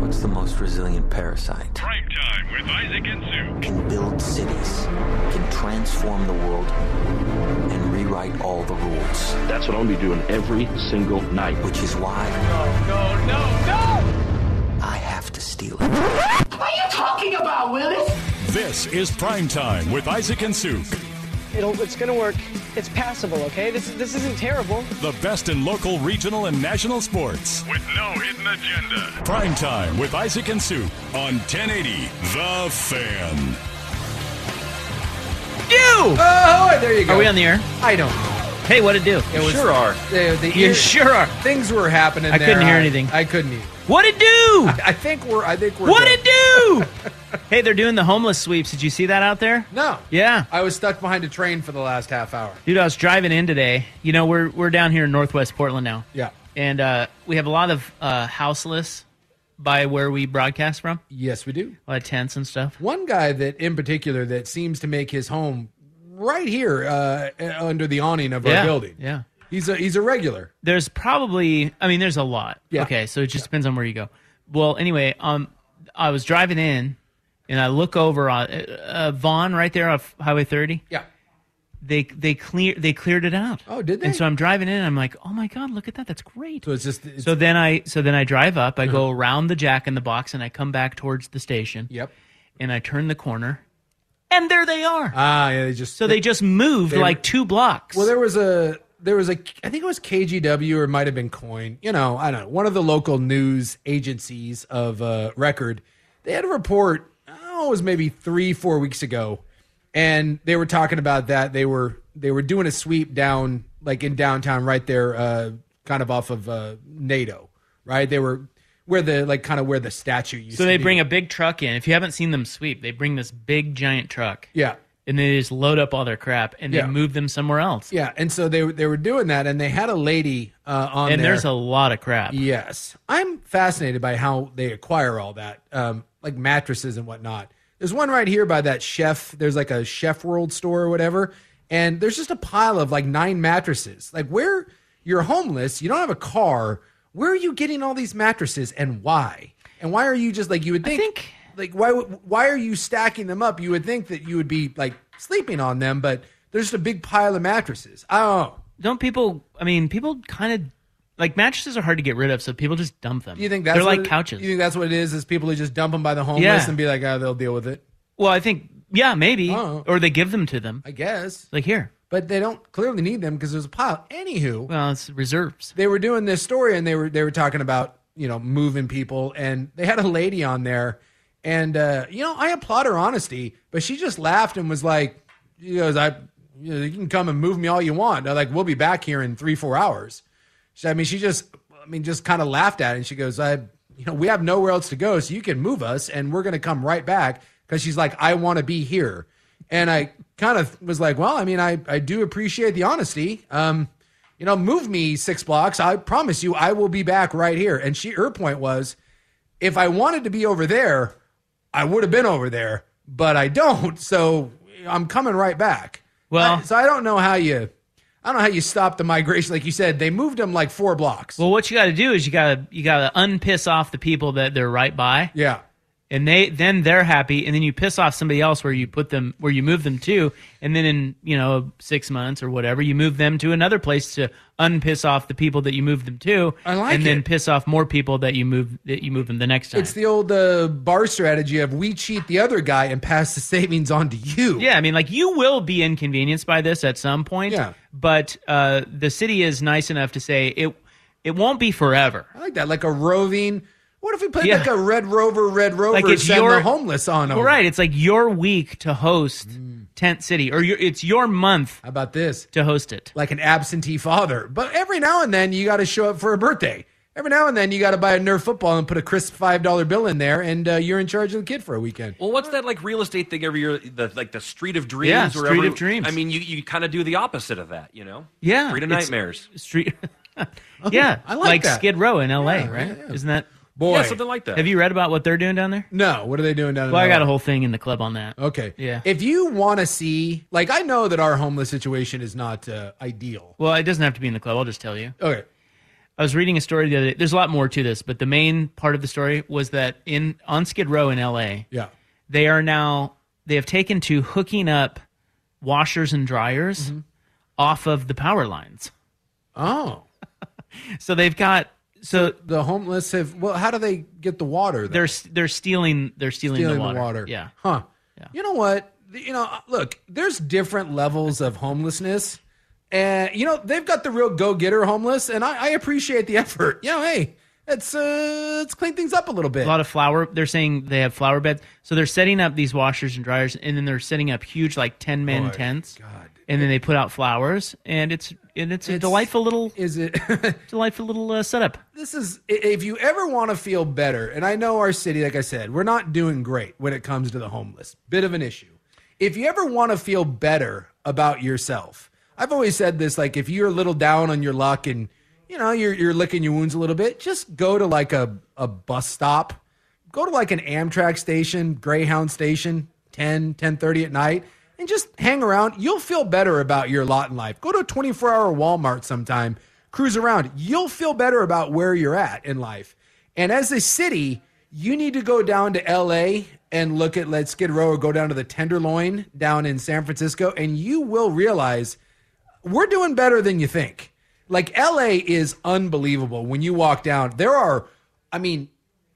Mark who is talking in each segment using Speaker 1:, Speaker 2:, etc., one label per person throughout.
Speaker 1: What's the most resilient parasite?
Speaker 2: Prime time with Isaac and Sue.
Speaker 1: Can build cities, can transform the world, and rewrite all the rules.
Speaker 3: That's what I'm gonna be doing every single night.
Speaker 1: Which is why
Speaker 2: No, no, no!
Speaker 1: I have to steal it.
Speaker 4: What are you talking about, Willis?
Speaker 5: This is Primetime with Isaac and Soof,
Speaker 6: It'll, it's gonna work. It's passable, okay? This this isn't terrible.
Speaker 5: the best in local, regional, and national sports.
Speaker 2: With no hidden agenda.
Speaker 5: Primetime with Isaac and Soof on 1080 The Fan.
Speaker 7: You!
Speaker 6: Oh, there you go.
Speaker 7: Are we on the air?
Speaker 6: I don't know.
Speaker 7: Hey, what it do?
Speaker 6: It was,
Speaker 3: Sure are.
Speaker 6: The, the
Speaker 7: You
Speaker 6: ear-
Speaker 7: sure are.
Speaker 6: Things were happening.
Speaker 7: I
Speaker 6: there.
Speaker 7: couldn't hear anything.
Speaker 6: I couldn't either.
Speaker 7: What it do?
Speaker 6: I think we're. I think we're.
Speaker 7: What
Speaker 6: good.
Speaker 7: it do? hey, they're doing the homeless sweeps. Did you see that out there?
Speaker 6: No.
Speaker 7: Yeah.
Speaker 6: I was stuck behind a train for the last half hour.
Speaker 7: Dude, I was driving in today. You know, we're we're down here in Northwest Portland now.
Speaker 6: Yeah.
Speaker 7: And uh, we have a lot of uh, houseless by where we broadcast from,
Speaker 6: Yes, we do.
Speaker 7: a lot of tents and stuff.
Speaker 6: One guy that, in particular, that seems to make his home right here uh, under the awning of
Speaker 7: yeah.
Speaker 6: our building.
Speaker 7: Yeah.
Speaker 6: He's a he's a regular.
Speaker 7: there's probably I mean there's a lot.
Speaker 6: Yeah.
Speaker 7: Okay, so it just depends on where you go. Well, anyway, um, I was driving in, and I look over on uh, uh, Vaughn right there off Highway 30.
Speaker 6: Yeah.
Speaker 7: They they clear they cleared it out.
Speaker 6: Oh, did they?
Speaker 7: And so I'm driving in. and I'm like, oh my god, look at that. That's great.
Speaker 6: So it's just. It's,
Speaker 7: So
Speaker 6: Uh-huh.
Speaker 7: then I so then I drive up. I go around the Jack in the Box, and I come back towards the station.
Speaker 6: yep.
Speaker 7: And I turn the corner, and there they are.
Speaker 6: Ah, yeah. They just.
Speaker 7: so they just moved
Speaker 6: they-
Speaker 7: like two blocks.
Speaker 6: Well, there was a there was a I think it was KGW or it might have been Coin. You know, I don't know. One of the local news agencies of uh, record. They had a report. Oh, it was maybe three four weeks ago, and they were talking about that. They were they were doing a sweep down like in downtown, right there, uh, kind of off of uh, NATO. Right, they were where the like kind of where the statue used.
Speaker 7: so
Speaker 6: to
Speaker 7: they
Speaker 6: be.
Speaker 7: bring a big truck in. If you haven't seen them sweep, they bring this big giant truck.
Speaker 6: yeah.
Speaker 7: and they just load up all their crap and they
Speaker 6: Yeah.
Speaker 7: move them somewhere else.
Speaker 6: Yeah, and so they were- they were doing that, and they had a lady uh, on
Speaker 7: and
Speaker 6: there.
Speaker 7: there's a lot of crap.
Speaker 6: Yes. I'm fascinated by how they acquire all that, um, like mattresses and whatnot. There's one right here by that chef. There's like a Chef World store or whatever. And there's just a pile of like nine mattresses. Like, where you're homeless, you don't have a car. Where are you getting all these mattresses and why? And why are you just like, you would
Speaker 7: I
Speaker 6: think,
Speaker 7: think-
Speaker 6: like, why, would- why are you stacking them up? You would think that you would be like sleeping on them, but there's just a big pile of mattresses. I don't know.
Speaker 7: Don't people? I mean, people kind of like mattresses are hard to get rid of, so people just dump them.
Speaker 6: Do You think that's
Speaker 7: they're
Speaker 6: what
Speaker 7: like
Speaker 6: it-
Speaker 7: couches?
Speaker 6: You think that's what it is? Is people who just dump them by the homeless
Speaker 7: Yeah.
Speaker 6: and be like, oh, they'll deal with it.
Speaker 7: well, I think yeah, maybe,
Speaker 6: Oh.
Speaker 7: or they give them to them.
Speaker 6: I guess,
Speaker 7: Like here,
Speaker 6: but they don't clearly need them because there's a pile. Anywho,
Speaker 7: well, it's reserves.
Speaker 6: they were doing this story and they were they were talking about you know moving people and they had a lady on there and uh, you know I applaud her honesty, but she just laughed and was like, she goes, I you, know, you can come and move me all you want. They're like we'll be back here in three four hours. She, I mean, she just I mean just kind of laughed at it and she goes, I you know we have nowhere else to go, so you can move us and we're gonna come right back because she's like I want to be here. And I kind of was like, well, I mean, I, I do appreciate the honesty. Um, you know, move me six blocks. I promise you, I will be back right here. And she, her point was, if I wanted to be over there, I would have been over there, but I don't. So I'm coming right back.
Speaker 7: Well-
Speaker 6: I- so I don't know how you, I don't know how you stop the migration. Like you said, they moved them like four blocks.
Speaker 7: Well, what you got to do is you got to you got to unpiss off the people that they're right by,
Speaker 6: yeah.
Speaker 7: and they then they're happy, and then you piss off somebody else where you put them where you move them to, and then in you know six months or whatever, you move them to another place to unpiss off the people that you moved them to,
Speaker 6: I like
Speaker 7: and then
Speaker 6: it.
Speaker 7: piss off more people that you move that you move them the next time.
Speaker 6: It's the old uh, bar strategy of we cheat the other guy and pass the savings on to you.
Speaker 7: Yeah, I mean, like you will be inconvenienced by this at some point.
Speaker 6: Yeah.
Speaker 7: But uh, the city is nice enough to say it. It won't be forever.
Speaker 6: I like that. Like a roving. What if we played
Speaker 7: Yeah.
Speaker 6: like a Red Rover, Red Rover,
Speaker 7: Like it's
Speaker 6: send
Speaker 7: your-
Speaker 6: the homeless on over?
Speaker 7: Well, right. It's like your week to host
Speaker 6: Mm.
Speaker 7: Tent City, or your, it's your month
Speaker 6: How about this?
Speaker 7: to host it.
Speaker 6: Like an absentee father. But every now and then you got to show up for a birthday. Every now and then you got to buy a Nerf football and put a crisp five dollar bill in there, and uh, you're in charge of the kid for a weekend.
Speaker 8: Well, what's that like real estate thing every year? The like the street of dreams.
Speaker 7: Yeah,
Speaker 8: where
Speaker 7: Street
Speaker 8: every-
Speaker 7: of Dreams.
Speaker 8: I mean, you, you kind of do the opposite of that, you know?
Speaker 7: Yeah,
Speaker 8: Street of
Speaker 7: it's-
Speaker 8: nightmares.
Speaker 7: Street. yeah,
Speaker 6: Oh, I like that.
Speaker 7: Skid Row in L.A.
Speaker 6: Yeah,
Speaker 7: right?
Speaker 6: yeah, yeah.
Speaker 7: Isn't that?
Speaker 6: Boy,
Speaker 8: Yeah, something like that.
Speaker 7: Have you read about what they're doing down there?
Speaker 6: no, what are they doing down? in
Speaker 7: Well, I got
Speaker 6: LA?
Speaker 7: a whole thing in the club on that.
Speaker 6: Okay.
Speaker 7: Yeah.
Speaker 6: If you want to see, like, I know that our homeless situation is not uh, ideal.
Speaker 7: Well, it doesn't have to be in the club. I'll just tell you.
Speaker 6: Okay.
Speaker 7: I was reading a story the other day. There's a lot more to this, but the main part of the story was that in on Skid Row in L.A.
Speaker 6: Yeah.
Speaker 7: they are now they have taken to hooking up washers and dryers
Speaker 6: Mm-hmm.
Speaker 7: off of the power lines.
Speaker 6: Oh,
Speaker 7: So they've got so
Speaker 6: the homeless have. Well, how do they get the water? Then?
Speaker 7: they're they're stealing they're stealing,
Speaker 6: stealing
Speaker 7: the, water. Yeah.
Speaker 6: Huh. You know what? You know, look, there's different levels of homelessness. And, you know, they've got the real go getter homeless, and I, I appreciate the effort. You know, hey, let's, uh, let's clean things up a little bit.
Speaker 7: A lot of flower they're saying they have flower beds. So they're setting up these washers and dryers and then they're setting up huge like 10 man tents.
Speaker 6: God.
Speaker 7: And then they put out flowers and it's and it's a
Speaker 6: It's-
Speaker 7: delightful little
Speaker 6: Is it.
Speaker 7: delightful little uh, setup.
Speaker 6: this is i- if you ever want to feel better and i know our city like i said we're not doing great when it comes to the homeless bit of an issue if you ever want to feel better about yourself i've always said this like if you're a little down on your luck and you know you're, you're licking your wounds a little bit just go to like a, a bus stop go to like an amtrak station greyhound station 10 10.30 at night and just hang around you'll feel better about your lot in life go to a 24-hour walmart sometime cruise around, you'll feel better about where you're at in life. And as a city, you need to go down to LA and look at Let's Skid Row or go down to the Tenderloin down in San Francisco, and you will realize we're doing better than you think. Like LA is unbelievable. When you walk down, there are, I mean,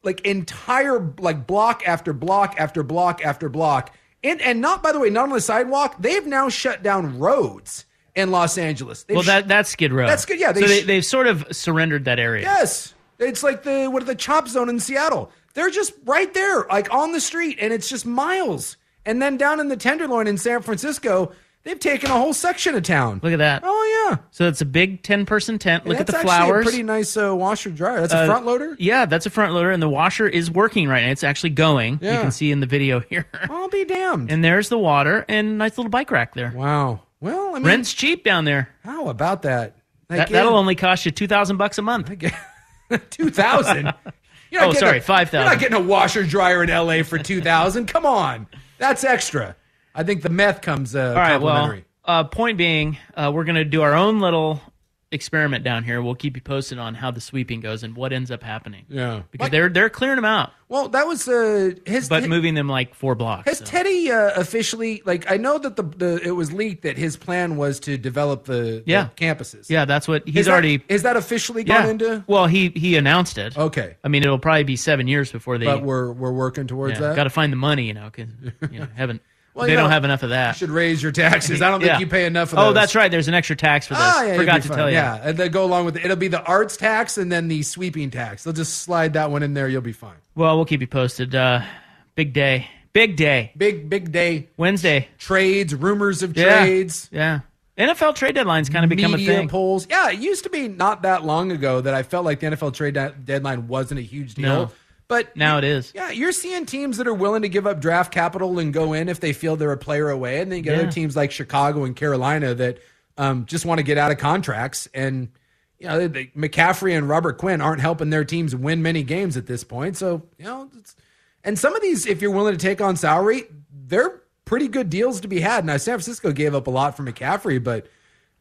Speaker 6: like entire like block after block after block after block. And and not by the way, not on the sidewalk. They've now shut down roads in Los Angeles. They've
Speaker 7: Well,
Speaker 6: sh-
Speaker 7: that that's Skid Row.
Speaker 6: That's good, yeah, they
Speaker 7: so they,
Speaker 6: sh-
Speaker 7: they've sort of surrendered that area.
Speaker 6: Yes. It's like the what are the chop zone in Seattle. They're just right there, like on the street, and it's just miles. And then down in the Tenderloin in San Francisco, they've taken a whole section of town.
Speaker 7: Look at that.
Speaker 6: oh yeah,
Speaker 7: So it's a big ten person tent. Look
Speaker 6: that's
Speaker 7: at the
Speaker 6: actually
Speaker 7: flowers.
Speaker 6: A pretty nice uh, washer dryer. That's a front loader.
Speaker 7: Yeah, that's a front loader, and the washer is working right now. It's actually going. You
Speaker 6: Yeah.
Speaker 7: can see in the video here.
Speaker 6: I'll be damned.
Speaker 7: and there's the water, and nice little bike rack there.
Speaker 6: wow. Well, I mean,
Speaker 7: Rent's cheap down there.
Speaker 6: how about that?
Speaker 7: That, that'll only cost you two thousand bucks a month.
Speaker 6: two thousand.
Speaker 7: Oh, sorry,
Speaker 6: You're not
Speaker 7: 5,000.
Speaker 6: getting a washer dryer in L.A. for two thousand. Come on, that's extra. I think the meth comes uh,
Speaker 7: All right. Well,
Speaker 6: complimentary.
Speaker 7: uh, point being, uh, we're gonna do our own little experiment down here. We'll keep you posted on how the sweeping goes and what ends up happening.
Speaker 6: Yeah.
Speaker 7: because
Speaker 6: Like-
Speaker 7: they're they're clearing them out,
Speaker 6: well, that was uh, his.
Speaker 7: but
Speaker 6: his-
Speaker 7: moving them like four blocks.
Speaker 6: Has
Speaker 7: so.
Speaker 6: Teddy uh, officially like I know that the, the it was leaked that his plan was to develop the, the
Speaker 7: Yeah.
Speaker 6: campuses.
Speaker 7: yeah, that's what he's
Speaker 6: Is that-
Speaker 7: already.
Speaker 6: is that officially
Speaker 7: yeah.
Speaker 6: gone into?
Speaker 7: Well, he he announced it.
Speaker 6: Okay,
Speaker 7: I mean, it'll probably be seven years before they.
Speaker 6: but we're we're working towards that.
Speaker 7: Got to find the money, you know, because you know, haven't
Speaker 6: Well,
Speaker 7: they
Speaker 6: you know,
Speaker 7: don't have enough of that.
Speaker 6: You should raise your taxes. I don't think
Speaker 7: Yeah.
Speaker 6: you pay enough. Of
Speaker 7: oh,
Speaker 6: those.
Speaker 7: that's right. There's an extra tax for this.
Speaker 6: Ah, yeah,
Speaker 7: Forgot
Speaker 6: it'd
Speaker 7: to
Speaker 6: be fun.
Speaker 7: tell you.
Speaker 6: Yeah, and then go along with it. It'll be the arts tax and then the sweeping tax. They'll just slide that one in there. You'll be fine.
Speaker 7: Well, we'll keep you posted. Uh, big day. Big day.
Speaker 6: Big big day
Speaker 7: Wednesday.
Speaker 6: trades, rumors of
Speaker 7: Yeah.
Speaker 6: trades.
Speaker 7: Yeah. NFL trade deadline's kind of become a
Speaker 6: media
Speaker 7: thing.
Speaker 6: polls. Yeah, it used to be not that long ago that I felt like the NFL trade de- deadline wasn't a huge deal.
Speaker 7: No.
Speaker 6: But
Speaker 7: Now it is.
Speaker 6: Yeah, you're seeing teams that are willing to give up draft capital and go in if they feel they're a player away, and then you get
Speaker 7: Yeah.
Speaker 6: other teams like Chicago and Carolina that um, just want to get out of contracts. And you know, they, McCaffrey and Robert Quinn aren't helping their teams win many games at this point. So you know, it's, and some of these, if you're willing to take on salary, they're pretty good deals to be had. Now, San Francisco gave up a lot for McCaffrey, but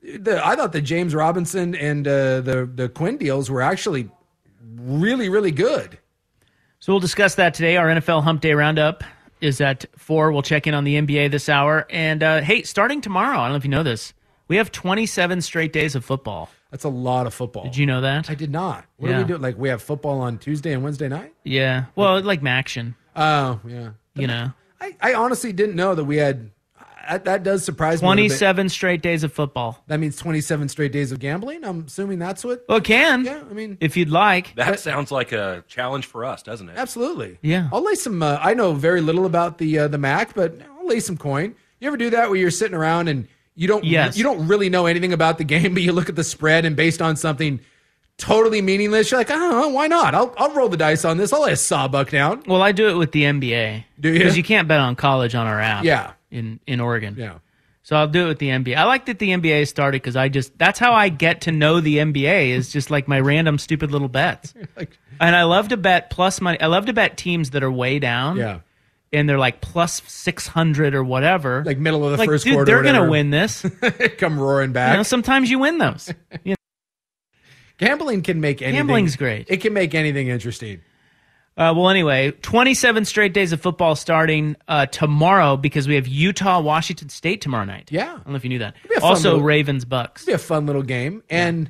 Speaker 6: the, I thought the James Robinson and uh, the the Quinn deals were actually really really good.
Speaker 7: So we'll discuss that today. Our NFL Hump Day Roundup is at four. We'll check in on the NBA this hour. And uh, hey, starting tomorrow, I don't know if you know this, we have 27 straight days of football.
Speaker 6: That's a lot of football.
Speaker 7: Did you know that?
Speaker 6: I did not. What do
Speaker 7: Yeah.
Speaker 6: we do? Like we have football on Tuesday and Wednesday night.
Speaker 7: yeah. Well, like Maction,
Speaker 6: Oh yeah.
Speaker 7: you know,
Speaker 6: I, I honestly didn't know that we had. I, that does surprise me. a little bit.
Speaker 7: 27 straight days of football.
Speaker 6: That means twenty-seven straight days of gambling. I'm assuming that's what.
Speaker 7: Well, it can
Speaker 6: Yeah, I mean,
Speaker 7: if you'd like.
Speaker 8: That sounds like a challenge for us, doesn't it?
Speaker 6: absolutely.
Speaker 7: Yeah.
Speaker 6: I'll lay some. Uh, I know very little about the uh, the Mac, but I'll lay some coin. You ever do that where you're sitting around and you don't
Speaker 7: Yes.
Speaker 6: you don't really know anything about the game, but you look at the spread and based on something totally meaningless, you're like, I don't know, why not? I'll I'll roll the dice on this. I'll lay a sawbuck down.
Speaker 7: Well, I do it with the NBA.
Speaker 6: Do you?
Speaker 7: Because you can't bet on college on our app.
Speaker 6: Yeah.
Speaker 7: In in Oregon.
Speaker 6: Yeah.
Speaker 7: So I'll do it with the NBA. I like that the NBA started because I just that's how I get to know the NBA is just like my random stupid little bets.
Speaker 6: Like,
Speaker 7: And I love to bet plus money. I love to bet teams that are way down.
Speaker 6: yeah.
Speaker 7: And they're like plus six hundred or whatever.
Speaker 6: Like middle of the first
Speaker 7: dude,
Speaker 6: quarter,
Speaker 7: They're gonna
Speaker 6: whatever.
Speaker 7: win this. You
Speaker 6: Come roaring back.
Speaker 7: know, sometimes you win those. You know,
Speaker 6: Gambling can make anything.
Speaker 7: Gambling's great.
Speaker 6: It can make anything interesting.
Speaker 7: Uh, well, anyway, 27 straight days of football starting uh, tomorrow because we have Utah, Washington State tomorrow night.
Speaker 6: Yeah.
Speaker 7: I don't know if you knew that.
Speaker 6: be a fun
Speaker 7: Also,
Speaker 6: little-
Speaker 7: Ravens, Bucks.
Speaker 6: be a fun little game. And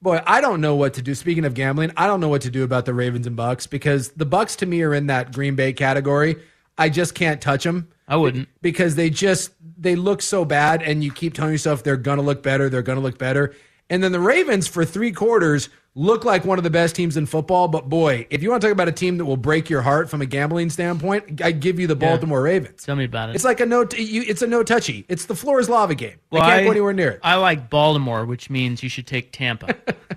Speaker 6: boy, I don't know what to do. Speaking of gambling, I don't know what to do about the Ravens and Bucks because the Bucks to me are in that Green Bay category. I just can't touch them
Speaker 7: I wouldn't.
Speaker 6: because they just they look so bad and you keep telling yourself they're going to look better, they're going to look better. And then the Ravens for 3 quarters look like one of the best teams in football, but boy, if you want to talk about a team that will break your heart from a gambling standpoint, I give you the Baltimore Ravens.
Speaker 7: Tell me about it.
Speaker 6: It's like a no you, it's a no touchy. It's the floor is lava game.
Speaker 7: Well,
Speaker 6: I can't go anywhere near it.
Speaker 7: I like Baltimore, which means you should take Tampa.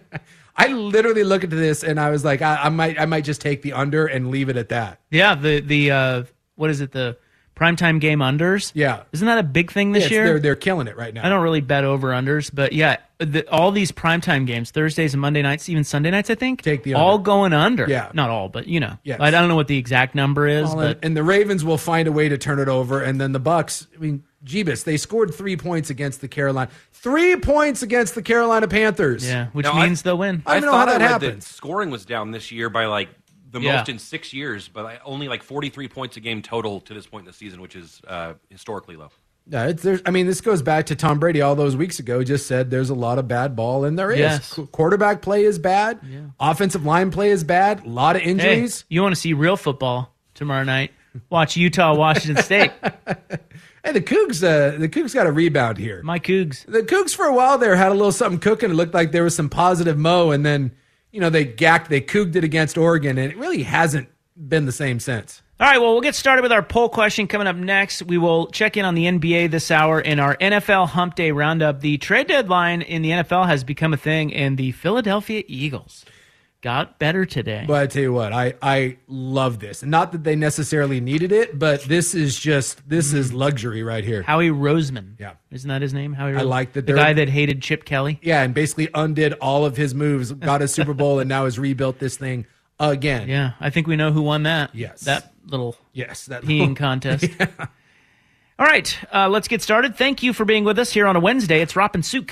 Speaker 6: I literally looked at this and I was like, I, I might, I might just take the under and leave it at that.
Speaker 7: yeah, the the uh, what is it? The primetime game unders.
Speaker 6: Yeah.
Speaker 7: Isn't that a big thing
Speaker 6: Yeah,
Speaker 7: this
Speaker 6: it's-
Speaker 7: year?
Speaker 6: they're they're killing it right now.
Speaker 7: I don't really bet over unders, but yeah, the, all these primetime games, Thursdays and Monday nights, even Sunday nights, I think,
Speaker 6: Take the
Speaker 7: all
Speaker 6: under.
Speaker 7: going under.
Speaker 6: Yeah.
Speaker 7: Not all, but you know.
Speaker 6: Yes.
Speaker 7: I don't know what the exact number is,
Speaker 6: Well,
Speaker 7: but
Speaker 6: and, and the Ravens will find a way to turn it over, and then the Bucks. I mean, Jeebus, they scored three points against the Carolina, three points against the Carolina Panthers.
Speaker 7: yeah, which
Speaker 8: Now, I-
Speaker 7: means they'll win.
Speaker 6: I don't know how
Speaker 8: thought
Speaker 6: that
Speaker 8: I read
Speaker 6: happens.
Speaker 8: scoring was down this year by like the
Speaker 7: Yeah.
Speaker 8: most in six years, but I, only like 43 points a game total to this point in the season, which is uh, historically low.
Speaker 6: Yeah, it's, there's, I mean, this goes back to Tom Brady all those weeks ago. Just said there's a lot of bad ball, and there is.
Speaker 7: Yes.
Speaker 6: Qu- Quarterback play is bad. Offensive line play is bad. A lot of
Speaker 7: Hey,
Speaker 6: injuries.
Speaker 7: you want to see real football tomorrow night? Watch Utah, Washington State.
Speaker 6: Hey, the Cougs, uh, the Cougs got a rebound here.
Speaker 7: My Cougs.
Speaker 6: the Cougs for a while there had a little something cooking. It looked like there was some positive mo, and then you know they gacked, they cooged it against Oregon, and it really hasn't been the same since.
Speaker 7: All right, well, we'll get started with our poll question coming up next. We will check in on the NBA this hour in our NFL Hump Day Roundup. The trade deadline in the NFL has become a thing, and the Philadelphia Eagles got better today.
Speaker 6: But I tell you what, I I love this, and not that they necessarily needed it, but this is just this
Speaker 7: Mm.
Speaker 6: is luxury right here.
Speaker 7: Howie Roseman.
Speaker 6: Yeah.
Speaker 7: Isn't that his name? Howie
Speaker 6: I
Speaker 7: Roseman?
Speaker 6: like that
Speaker 7: The
Speaker 6: they're-
Speaker 7: guy that hated Chip Kelly.
Speaker 6: yeah, and basically undid all of his moves, got a Super Bowl, and now has rebuilt this thing again.
Speaker 7: Yeah, I think we know who won that.
Speaker 6: Yes.
Speaker 7: That little
Speaker 6: Yes, that
Speaker 7: peeing contest. All right, uh, let's get started. Thank you for being with us here on a Wednesday. It's Rop and Souk.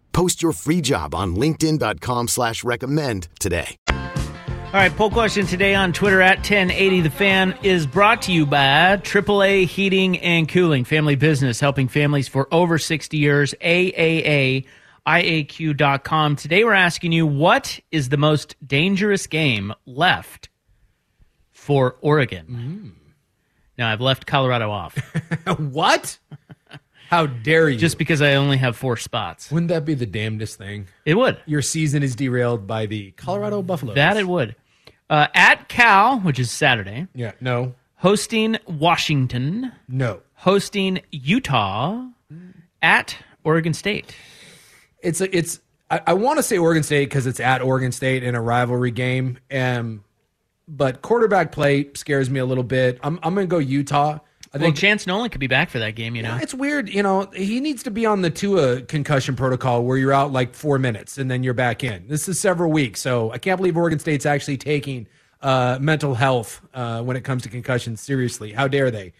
Speaker 9: Post your free job on linkedin.com/recommend slash recommend today.
Speaker 7: All right, poll question today on Twitter at 1080 The Fan is brought to you by AAA Heating and Cooling, family business helping families for over 60 years. AAA IAQ.com. Today we're asking you what is the most dangerous game left for Oregon? Now I've left Colorado off.
Speaker 6: what? How dare you?
Speaker 7: Just because I only have four spots.
Speaker 6: Wouldn't that be the damnedest thing?
Speaker 7: It would.
Speaker 6: Your season is derailed by the Colorado Buffaloes.
Speaker 7: That it would. Uh, at Cal, which is Saturday,
Speaker 6: Yeah. No.
Speaker 7: hosting Washington,
Speaker 6: No.
Speaker 7: hosting Utah at Oregon State.
Speaker 6: It's a, it's. I, I want to say Oregon State because it's at Oregon State in a rivalry game. Um, but quarterback play scares me a little bit. I'm I'm gonna go Utah. I
Speaker 7: well,
Speaker 6: think
Speaker 7: Chance Nolan could be back for that game, you know.
Speaker 6: it's weird. You know, he needs to be on the Tua concussion protocol where you're out like four minutes and then you're back in. This is several weeks, so I can't believe Oregon State's actually taking uh, mental health uh, when it comes to concussions seriously. How dare they?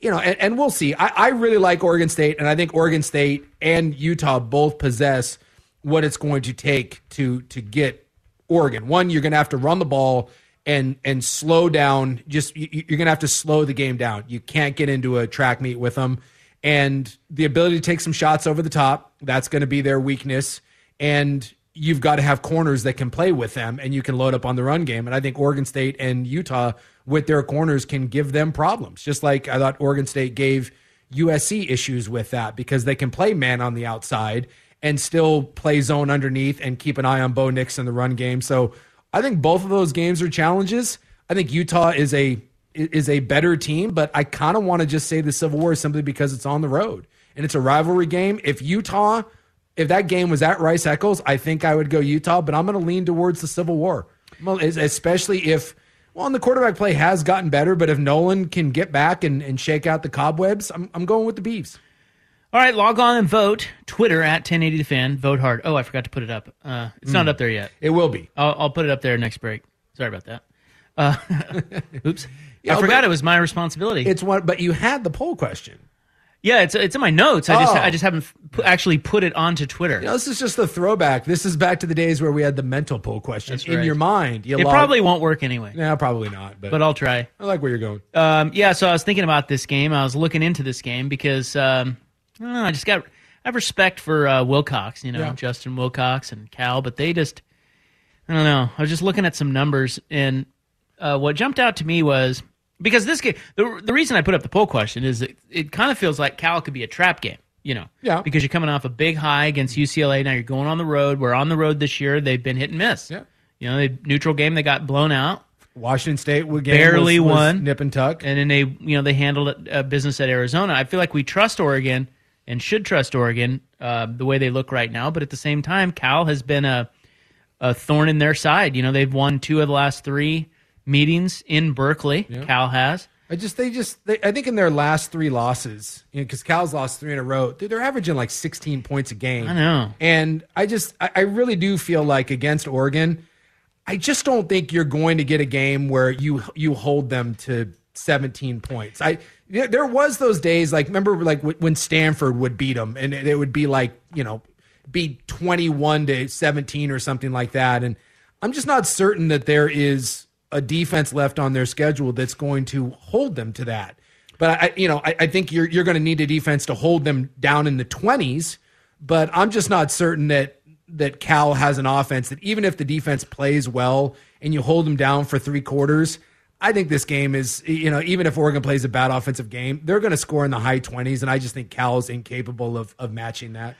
Speaker 6: You know, and, and we'll see. I, I really like Oregon State, and I think Oregon State and Utah both possess what it's going to take to to get Oregon. One, you're going to have to run the ball and and slow down. Just you, you're going to have to slow the game down. You can't get into a track meet with them, and the ability to take some shots over the top that's going to be their weakness. And you've got to have corners that can play with them, and you can load up on the run game. And I think Oregon State and Utah with their corners can give them problems. Just like I thought Oregon State gave USC issues with that because they can play man on the outside and still play zone underneath and keep an eye on Bo Nix in the run game. So I think both of those games are challenges. I think Utah is a is a better team, but I kind of want to just say the Civil War simply because it's on the road and it's a rivalry game. If Utah, if that game was at Rice Eccles, I think I would go Utah, but I'm going to lean towards the Civil War, Well, es- especially if. Well, and the quarterback play has gotten better, but if Nolan can get back and, and shake out the cobwebs, I'm, I'm going with the Beavs.
Speaker 7: All right, log on and vote. Twitter at 1080 The Fan. Vote hard. Oh, I forgot to put it up. Uh, it's
Speaker 6: Hmm.
Speaker 7: not up there yet.
Speaker 6: It will be.
Speaker 7: I'll, I'll put it up there next break. Sorry about that. Uh, oops.
Speaker 6: Yeah,
Speaker 7: I forgot
Speaker 6: but-
Speaker 7: it was my responsibility.
Speaker 6: It's one, but you had the poll question.
Speaker 7: yeah, it's it's in my notes. I just
Speaker 6: Oh.
Speaker 7: I just haven't pu- actually put it onto Twitter.
Speaker 6: You know, this is just the throwback. This is back to the days where we had the mental poll question
Speaker 7: That's
Speaker 6: in
Speaker 7: right.
Speaker 6: your mind. You
Speaker 7: it
Speaker 6: log-
Speaker 7: probably won't work anyway,
Speaker 6: no, probably not. But,
Speaker 7: but I'll try.
Speaker 6: I like where you're going.
Speaker 7: Um, yeah, so I was thinking about this game. I was looking into this game because um, I don't know. I just got I have respect for uh, Wilcox, you know,
Speaker 6: Yeah.
Speaker 7: Justin Wilcox and Cal, but they just I don't know. I was just looking at some numbers, and uh, what jumped out to me was because this game. The, the reason I put up the poll question is it, it kind of feels like Cal could be a trap game, you know,
Speaker 6: Yeah.
Speaker 7: because you're coming off a big high against UCLA. Now you're going on the road. We're on the road this year. They've been hit and miss.
Speaker 6: Yeah.
Speaker 7: You know, they, neutral game they got blown out.
Speaker 6: Washington State would game
Speaker 7: Barely
Speaker 6: was, was
Speaker 7: won.
Speaker 6: nip and tuck.
Speaker 7: and then they you know they handled it, uh, business at Arizona. I feel like we trust Oregon and should trust Oregon uh, the way they look right now. But at the same time, Cal has been a a thorn in their side. You know they've won two of the last three meetings in Berkeley. Cal has.
Speaker 6: I just they just they, I think in their last three losses, you know, because Cal's lost three in a row, dude, they're averaging like 16 points a game.
Speaker 7: I know.
Speaker 6: And I just, I, I really do feel like against Oregon, I just don't think you're going to get a game where you you hold them to 17 points. I there there was those days like remember like w- when Stanford would beat them and it, it would be like you know be 21 to 17 or something like that. And I'm just not certain that there is a defense left on their schedule that's going to hold them to that. But I, you know, I, I think you're you're going to need a defense to hold them down in the 20s. But I'm just not certain that that Cal has an offense that even if the defense plays well and you hold them down for three quarters, I think this game is you know even if Oregon plays a bad offensive game, they're going to score in the high 20s, and I just think Cal is incapable of of matching that.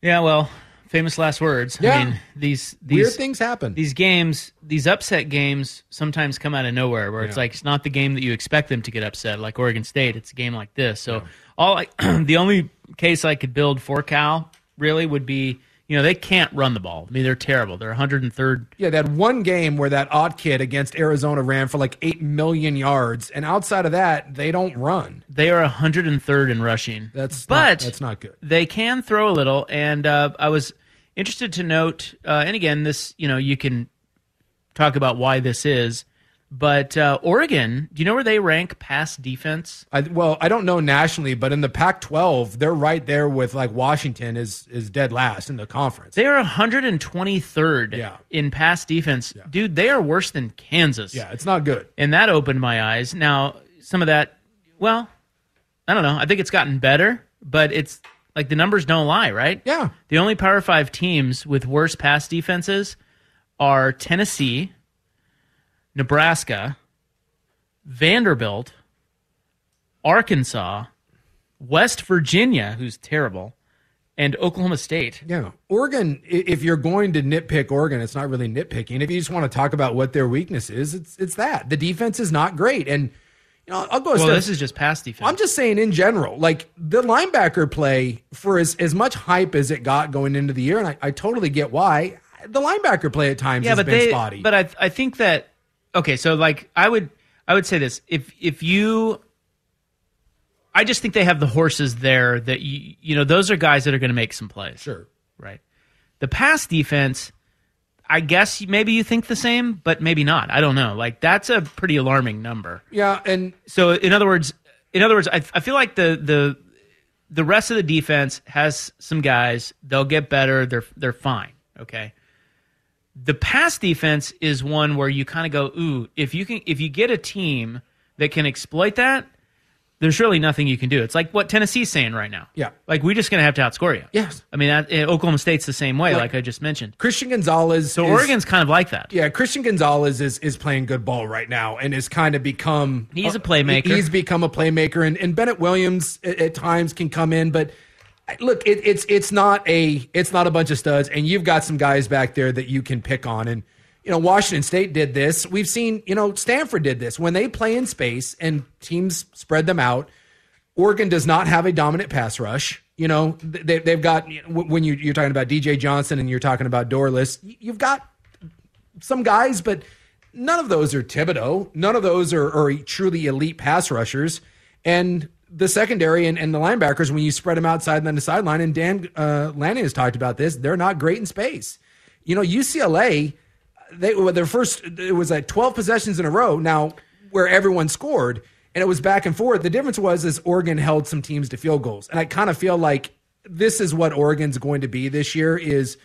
Speaker 7: Yeah. Well, famous last words. I
Speaker 6: Yeah.
Speaker 7: mean these these
Speaker 6: Weird things happen.
Speaker 7: these games, these upset games, sometimes come out of nowhere. Where it's like it's not the game that you expect them to get upset, like Oregon State. It's a game like this. So all I, the only case I could build for Cal really would be, you know, they can't run the ball. I mean, they're terrible. They're 103rd.
Speaker 6: Yeah, that one game where that odd kid against Arizona ran for like 8 million yards. And outside of that, they don't run.
Speaker 7: They are 103rd in rushing.
Speaker 6: That's
Speaker 7: but
Speaker 6: not, that's not good.
Speaker 7: They can throw a little, and uh, I was interested to note. Uh, and again, this you know you can talk about why this is, But uh, Oregon, do you know where they rank pass defense?
Speaker 6: I, well, I don't know nationally, but in the Pac-12, they're right there with like Washington is is dead last in the conference.
Speaker 7: They are 123rd
Speaker 6: Yeah.
Speaker 7: in pass defense. Dude, they are worse than Kansas.
Speaker 6: Yeah, it's not good.
Speaker 7: And that opened my eyes. Now, some of that, well, I don't know. I think it's gotten better, but it's like the numbers don't lie, right?
Speaker 6: Yeah.
Speaker 7: The only Power Five teams with worse pass defenses are Tennessee, Nebraska, Vanderbilt, Arkansas, West Virginia, who's terrible, and Oklahoma State.
Speaker 6: Yeah. Oregon, i- if you're going to nitpick Oregon, it's not really nitpicking. If you just want to talk about what their weakness is, it's it's that the defense is not great. And you know, I'll go. a
Speaker 7: Well,
Speaker 6: step-
Speaker 7: this is just pass defense.
Speaker 6: I'm just saying in general, like the linebacker play for as, as much hype as it got going into the year, and I, I totally get why the linebacker play at times
Speaker 7: yeah,
Speaker 6: has
Speaker 7: but
Speaker 6: been
Speaker 7: they,
Speaker 6: spotty.
Speaker 7: but I, I think that okay. So like, I would, I would say this if if you, I just think they have the horses there that you, you know, those are guys that are going to make some plays.
Speaker 6: Sure,
Speaker 7: right. The pass defense, I guess maybe you think the same, but maybe not. I don't know. Like that's a pretty alarming number.
Speaker 6: yeah, and
Speaker 7: So in other words, in other words, I, I feel like the the the rest of the defense has some guys. They'll get better. They're they're fine. Okay. The pass defense is one where you kind of go, ooh, if you can, if you get a team that can exploit that, there's really nothing you can do. It's like what Tennessee's saying right now.
Speaker 6: yeah,
Speaker 7: Like we're just gonna have to outscore you.
Speaker 6: yes.
Speaker 7: I mean, that, eh, Oklahoma State's the same way,
Speaker 6: Like-
Speaker 7: like, I just mentioned.
Speaker 6: Christian Gonzalez.
Speaker 7: So
Speaker 6: is-
Speaker 7: Oregon's kind of like that.
Speaker 6: Yeah, Christian Gonzalez is is playing good ball right now and has kind of become
Speaker 7: He's a playmaker.
Speaker 6: He's become a playmaker and, and Bennett Williams at, at times can come in, but look, it, it's it's not a it's not a bunch of studs and you've got some guys back there that you can pick on and you know Washington State did this. We've seen, you know, Stanford did this. When they play in space and teams spread them out, Oregon does not have a dominant pass rush. You know, they, they've got when you, you're talking about DJ Johnson and you're talking about Dorless, you've got some guys, but none of those are Thibodeau. None of those are, are truly elite pass rushers. And the secondary and, and the linebackers, when you spread them outside and then the sideline, and Dan uh, Lanning has talked about this, they're not great in space. You know, UCLA, they well, their first it was like 12 possessions in a row now where everyone scored and it was back and forth the difference was is oregon held some teams to field goals and i kind of feel like this is what oregon's going to be this year is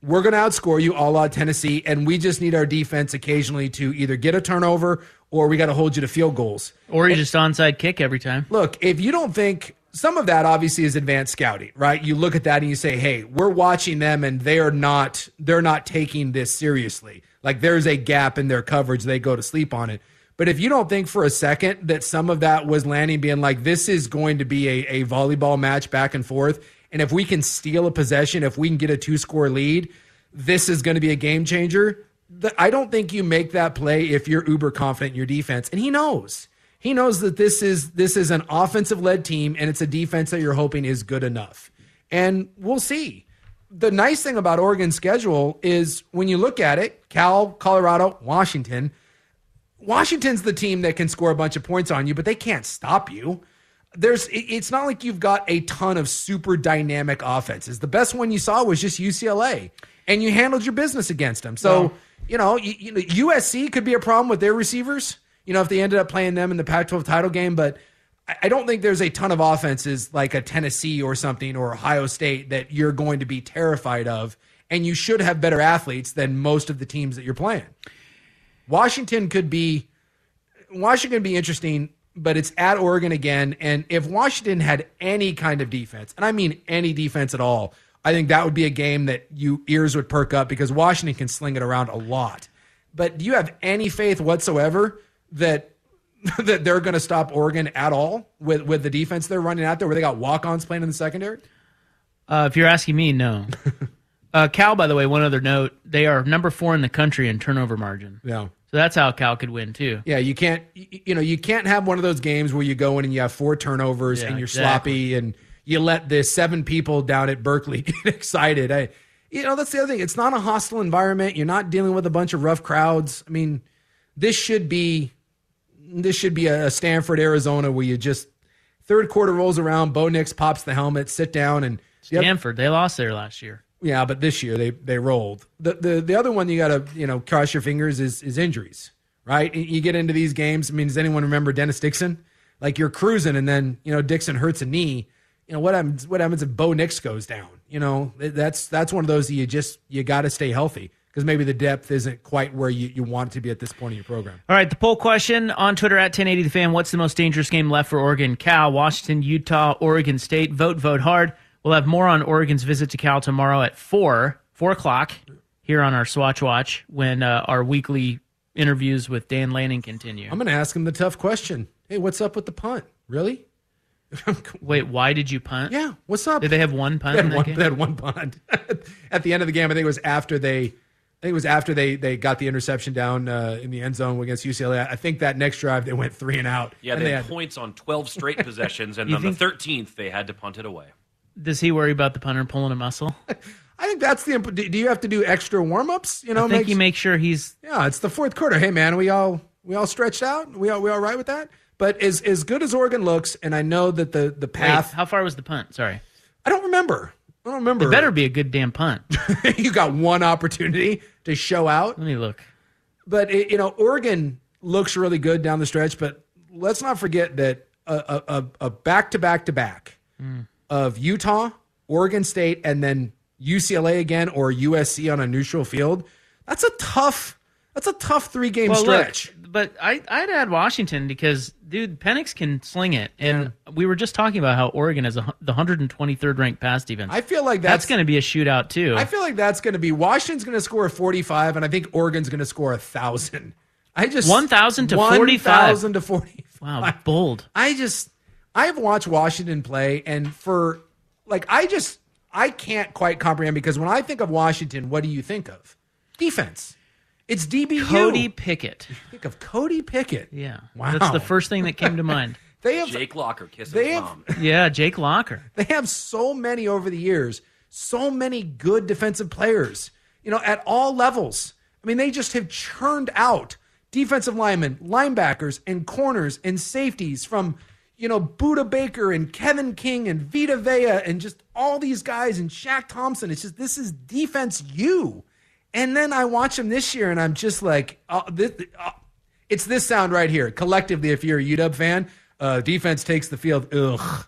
Speaker 6: we're going to outscore you a la tennessee and we just need our defense occasionally to either get a turnover or we got to hold you to field goals
Speaker 7: Or you just onside kick every time.
Speaker 6: look, if you don't think some of that obviously is advanced scouting, right? You look at that and you say, "Hey, we're watching them and they're not they're not taking this seriously. Like there's a gap in their coverage. They go to sleep on it." But if you don't think for a second that some of that was Lanning being like, "This is going to be a, a volleyball match back and forth, and if we can steal a possession, if we can get a two score lead, this is going to be a game changer." The, I don't think you make that play if you're uber confident in your defense, and he knows. He knows that this is this is an offensive led team and it's a defense that you're hoping is good enough. And we'll see. The nice thing about Oregon's schedule is when you look at it, Cal, Colorado, Washington, Washington's the team that can score a bunch of points on you, but they can't stop you. There's it- it's not like you've got a ton of super dynamic offenses. The best one you saw was just UCLA, and you handled your business against them. So you know, you, you know USC could be a problem with their receivers. You know, if they ended up playing them in the Pac-12 title game, but I, I don't think there's a ton of offenses like a Tennessee or something or Ohio State that you're going to be terrified of, and you should have better athletes than most of the teams that you're playing. Washington could be Washington could be interesting, but it's at Oregon again. And if Washington had any kind of defense, and I mean any defense at all, I think that would be a game that you ears would perk up because Washington can sling it around a lot. But do you have any faith whatsoever that that they're going to stop Oregon at all with with the defense they're running out there, where they got walk ons playing in the secondary?
Speaker 7: Uh, if you're asking me, no. uh, Cal, by the way, one other note: they are number four in the country in turnover margin.
Speaker 6: Yeah.
Speaker 7: So that's how Cal could win too.
Speaker 6: Yeah, you can't. y- You know, you can't have one of those games where you go in and you have four turnovers
Speaker 7: Yeah,
Speaker 6: and you're
Speaker 7: exactly.
Speaker 6: sloppy and you let the seven people down at Berkeley get excited. I, you know, that's the other thing. It's not a hostile environment. You're not dealing with a bunch of rough crowds. I mean, this should be, this should be a Stanford Arizona where you just third quarter rolls around, Bo Nix pops the helmet, sit down, and the other-
Speaker 7: Stanford, they lost there last year.
Speaker 6: yeah, but this year they they rolled. The the, the other one you got to you know cross your fingers is is injuries, right? You get into these games. I mean, does anyone remember Dennis Dixon? Like you're cruising, and then you know Dixon hurts a knee. You know what happens? What happens if Bo Nix goes down? You know that's that's one of those that you just you got to stay healthy because maybe the depth isn't quite where you, you want it to be at this point in your program.
Speaker 7: All right, the poll question on Twitter at 1080 The Fan What's the most dangerous game left for Oregon? Cal, Washington, Utah, Oregon State. Vote, vote hard. We'll have more on Oregon's visit to Cal tomorrow at 4, 4 o'clock here on our Swatch Watch when uh, our weekly interviews with Dan Lanning continue.
Speaker 6: I'm going to ask him the tough question Hey, what's up with the punt? Really?
Speaker 7: Wait, why did you punt?
Speaker 6: Yeah, what's up?
Speaker 7: Did they have one punt?
Speaker 6: They had, one, they had one punt. at the end of the game, I think it was after they. I think it was after they they got the interception down uh, in the end zone against UCLA. I think that next drive they went three and out.
Speaker 8: Yeah,
Speaker 6: and
Speaker 8: they, had, had points on twelve straight possessions, and on the thirteenth they had to punt it away.
Speaker 7: Does he worry about the punter pulling a muscle?
Speaker 6: I think that's the. Imp- do you have to do extra warm ups? You know,
Speaker 7: I think makes, you make sure he's.
Speaker 6: Yeah, it's the fourth quarter. Hey man, we all we all stretched out. We all we all right with that. But as as good as Oregon looks, and I know that the the path.
Speaker 7: Wait, how far was the punt? Sorry,
Speaker 6: I don't remember. I don't remember.
Speaker 7: It better be a good damn punt.
Speaker 6: you got one opportunity to show out.
Speaker 7: Let me look.
Speaker 6: But it, you know, Oregon looks really good down the stretch. But let's not forget that a, a, a back to back to back
Speaker 7: Hmm.
Speaker 6: mm. of Utah, Oregon State, and then UCLA again or USC on a neutral field. That's a tough. That's a tough three game well, stretch.
Speaker 7: Look, but I, I'd add Washington because dude, Penix can sling it, and yeah. we were just talking about how Oregon is a, the 123rd ranked pass defense.
Speaker 6: I feel like
Speaker 7: that's, that's going to be a shootout too.
Speaker 6: I feel like that's going to be Washington's going to score 45, and I think Oregon's going to score a thousand. I just
Speaker 7: 1,000 to 1, 45.
Speaker 6: 1,000 to 45.
Speaker 7: Wow, bold.
Speaker 6: I just I've watched Washington play, and for like I just I can't quite comprehend because when I think of Washington, what do you think of? Defense. It's DBU.
Speaker 7: Cody Pickett.
Speaker 6: You think of Cody Pickett.
Speaker 7: Yeah. Wow. That's the first thing that came to mind.
Speaker 8: they have Jake Locker kissing they have, mom.
Speaker 7: yeah, Jake Locker.
Speaker 6: They have so many over the years, so many good defensive players, you know, at all levels. I mean, they just have churned out defensive linemen, linebackers, and corners and safeties from, you know, Buda Baker and Kevin King and Vita Vea and just all these guys and Shaq Thompson. It's just this is defense you. And then I watch them this year, and I'm just like, oh, this, oh, it's this sound right here. Collectively, if you're a UW fan, uh, defense takes the field. Ugh,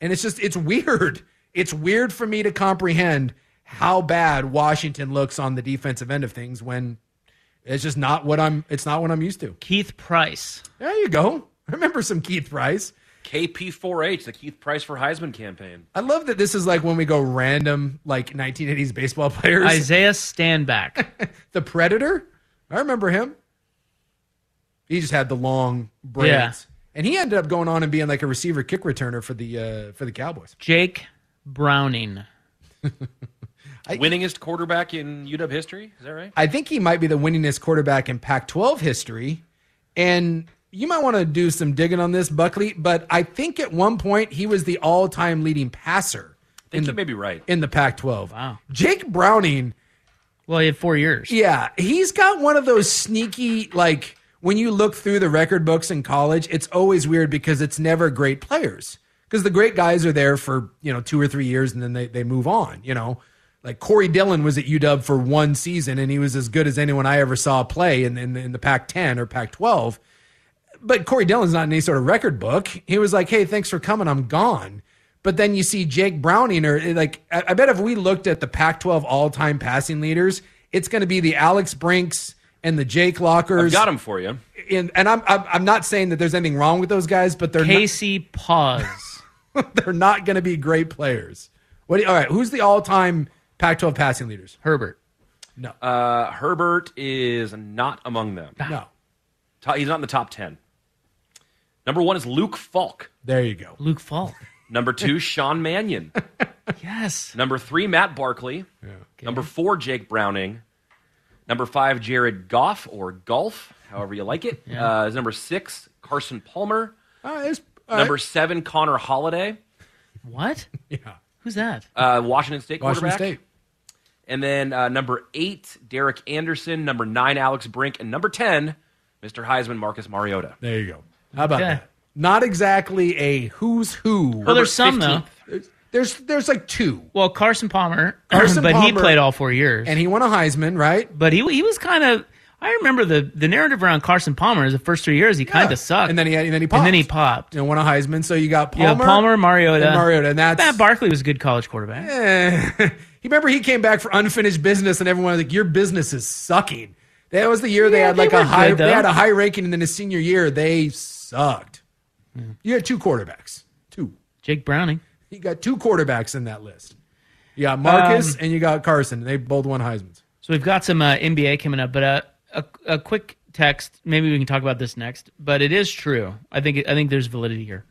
Speaker 6: and it's just it's weird. It's weird for me to comprehend how bad Washington looks on the defensive end of things when it's just not what I'm. It's not what I'm used to.
Speaker 7: Keith Price.
Speaker 6: There you go. I remember some Keith Price.
Speaker 8: KP4H, the Keith Price for Heisman campaign.
Speaker 6: I love that this is like when we go random, like 1980s baseball players.
Speaker 7: Isaiah Standback,
Speaker 6: the Predator. I remember him. He just had the long braids, yeah. and he ended up going on and being like a receiver kick returner for the uh, for the Cowboys.
Speaker 7: Jake Browning.
Speaker 8: I, winningest quarterback in UW history, is that right?
Speaker 6: I think he might be the winningest quarterback in Pac-12 history, and you might want to do some digging on this, Buckley, but I think at one point he was the all time leading passer.
Speaker 8: I think
Speaker 6: the,
Speaker 8: you may be right.
Speaker 6: In the Pac 12.
Speaker 7: Wow.
Speaker 6: Jake Browning.
Speaker 7: Well, he had four years.
Speaker 6: Yeah. He's got one of those sneaky, like, when you look through the record books in college, it's always weird because it's never great players. Because the great guys are there for, you know, two or three years and then they, they move on, you know? Like Corey Dillon was at UW for one season and he was as good as anyone I ever saw play in, in, in the Pac 10 or Pac 12 but Corey Dillon's not in any sort of record book. He was like, "Hey, thanks for coming. I'm gone." But then you see Jake Browning, or eh, like, I, bet if we looked at the Pac-12 all-time passing leaders, it's going to be the Alex Brinks and the Jake Lockers.
Speaker 8: I've got him for you.
Speaker 6: And, and I'm, I'm, I'm not saying that there's anything wrong with those guys, but they're
Speaker 7: Casey not, Paws.
Speaker 6: they're not going to be great players. What? You, all right, who's the all-time Pac-12 passing leaders?
Speaker 7: Herbert.
Speaker 6: No.
Speaker 8: Uh, Herbert is not among them.
Speaker 6: No.
Speaker 8: He's not in the top ten. Number one is Luke Falk.
Speaker 6: There you go.
Speaker 7: Luke Falk.
Speaker 8: Number two, Sean Mannion.
Speaker 7: yes.
Speaker 8: Number three, Matt Barkley. Yeah. Okay. Number four, Jake Browning. Number five, Jared Goff or Golf, however you like it. yeah. uh, number six, Carson Palmer.
Speaker 6: All right,
Speaker 8: all number right. seven, Connor Holiday.
Speaker 7: What?
Speaker 6: yeah.
Speaker 7: Who's that?
Speaker 8: Uh, Washington State
Speaker 6: Washington
Speaker 8: quarterback.
Speaker 6: State.
Speaker 8: And then uh, number eight, Derek Anderson. Number nine, Alex Brink. And number 10, Mr. Heisman, Marcus Mariota.
Speaker 6: There you go. How about okay. that? Not exactly a who's who.
Speaker 7: Well, there's some 15th. though.
Speaker 6: There's there's like two.
Speaker 7: Well, Carson Palmer, Carson but Palmer, he played all four years,
Speaker 6: and he won a Heisman, right?
Speaker 7: But he he was kind of. I remember the, the narrative around Carson Palmer is the first three years he kind of sucked, and
Speaker 6: then he and then he
Speaker 7: popped, and then he popped.
Speaker 6: You know, won a Heisman, so you got
Speaker 7: yeah,
Speaker 6: Palmer,
Speaker 7: Palmer, Mariota,
Speaker 6: and Mariota, and that's
Speaker 7: Matt Barkley was a good college quarterback.
Speaker 6: Eh. He remember he came back for unfinished business, and everyone was like, "Your business is sucking." That was the year they
Speaker 7: Yeah,
Speaker 6: had
Speaker 7: they
Speaker 6: like
Speaker 7: were
Speaker 6: a high.
Speaker 7: good, though.
Speaker 6: they had a high ranking, and then his senior year they sucked.
Speaker 7: Hmm.
Speaker 6: You had two quarterbacks. Two.
Speaker 7: Jake Browning.
Speaker 6: You got two quarterbacks in that list. You got Marcus
Speaker 7: Um,
Speaker 6: and you got Carson. They both won Heisman's.
Speaker 7: So we've got some uh, NBA coming up, but uh, a a quick text. Maybe we can talk about this next. But it is true. I think I think there's validity here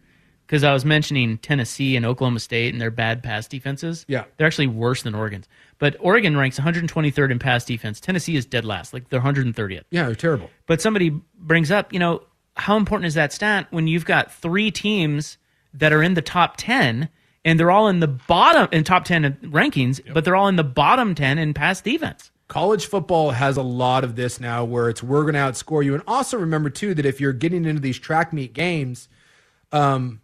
Speaker 7: because I was mentioning Tennessee and Oklahoma State and their bad pass defenses.
Speaker 6: Yeah.
Speaker 7: they're actually worse than Oregon's. But Oregon ranks 123rd in pass defense. Tennessee is dead last, like they're 130th.
Speaker 6: Yeah, they're terrible.
Speaker 7: But somebody brings up, you know, how important is that stat when you've got three teams that are in the top 10 and they're all in the bottom in top 10 rankings, but they're all in the bottom 10 in pass defense.
Speaker 6: College football has a lot of this now where it's we're going to outscore you. And also remember, too, that if you're getting into these track meet games, um,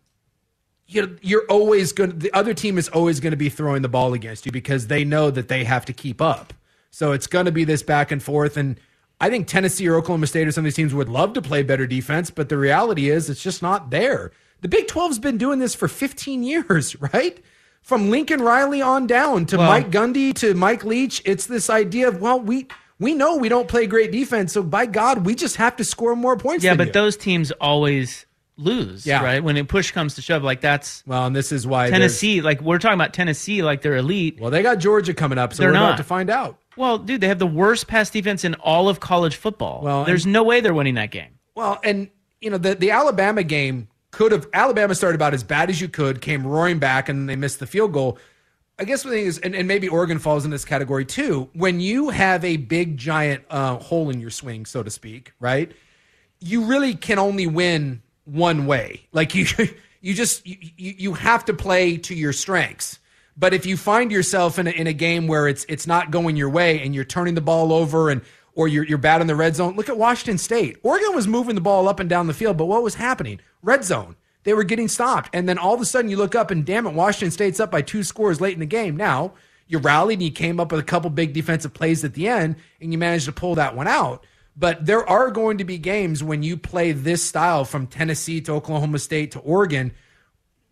Speaker 6: you're, you're always going to, the other team is always going to be throwing the ball against you because they know that they have to keep up. So it's going to be this back and forth. And I think Tennessee or Oklahoma State or some of these teams would love to play better defense, but the reality is it's just not there. The Big 12's been doing this for 15 years, right? From Lincoln Riley on down to
Speaker 7: Well-
Speaker 6: Mike Gundy to Mike Leach, it's this idea of, well, we. We know we don't play great defense, so by God, we just have to score more points.
Speaker 7: Yeah,
Speaker 6: than
Speaker 7: but
Speaker 6: you.
Speaker 7: those teams always lose,
Speaker 6: Yeah.
Speaker 7: right? When it push comes to shove, like that's
Speaker 6: well, and this is why there's-
Speaker 7: Tennessee, like we're talking about Tennessee, like they're elite.
Speaker 6: Well, they got Georgia coming up, so
Speaker 7: They're
Speaker 6: we're
Speaker 7: not.
Speaker 6: about to find out.
Speaker 7: Well, dude, they have the worst pass defense in all of college football.
Speaker 6: Well,
Speaker 7: there's no way they're winning that game.
Speaker 6: Well, and you know the the Alabama game could have Alabama started about as bad as you could, came roaring back, and they missed the field goal. I guess the thing is, and, and maybe Oregon falls in this category too. When you have a big giant uh, hole in your swing, so to speak, right? You really can only win one way. Like you, you just you, you you have to play to your strengths. But if you find yourself in a, in a game where it's it's not going your way and you're turning the ball over and or you're you're bad in the red zone, look at Washington State. Oregon was moving the ball up and down the field, but what was happening? Red zone. They were getting stopped, and then all of a sudden you look up and damn it, Washington State's up by two scores late in the game. Now you rallied and you came up with a couple big defensive plays at the end, and you managed to pull that one out. But there are going to be games when you play this style from Tennessee to Oklahoma State to Oregon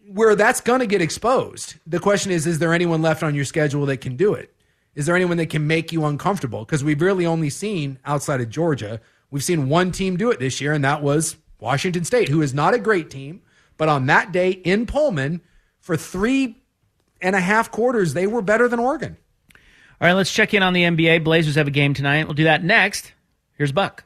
Speaker 6: where that's going to get exposed. The question is, is there anyone left on your schedule that can do it? Is there anyone that can make you uncomfortable? Because we've really only seen outside of Georgia, we've seen one team do it this year, and that was Washington State, who is not a great team. But on that day in Pullman, for three and a half quarters, they were better than Oregon.
Speaker 7: All right, let's check in on the NBA. Blazers have a game tonight. We'll do that next. Here's Buck.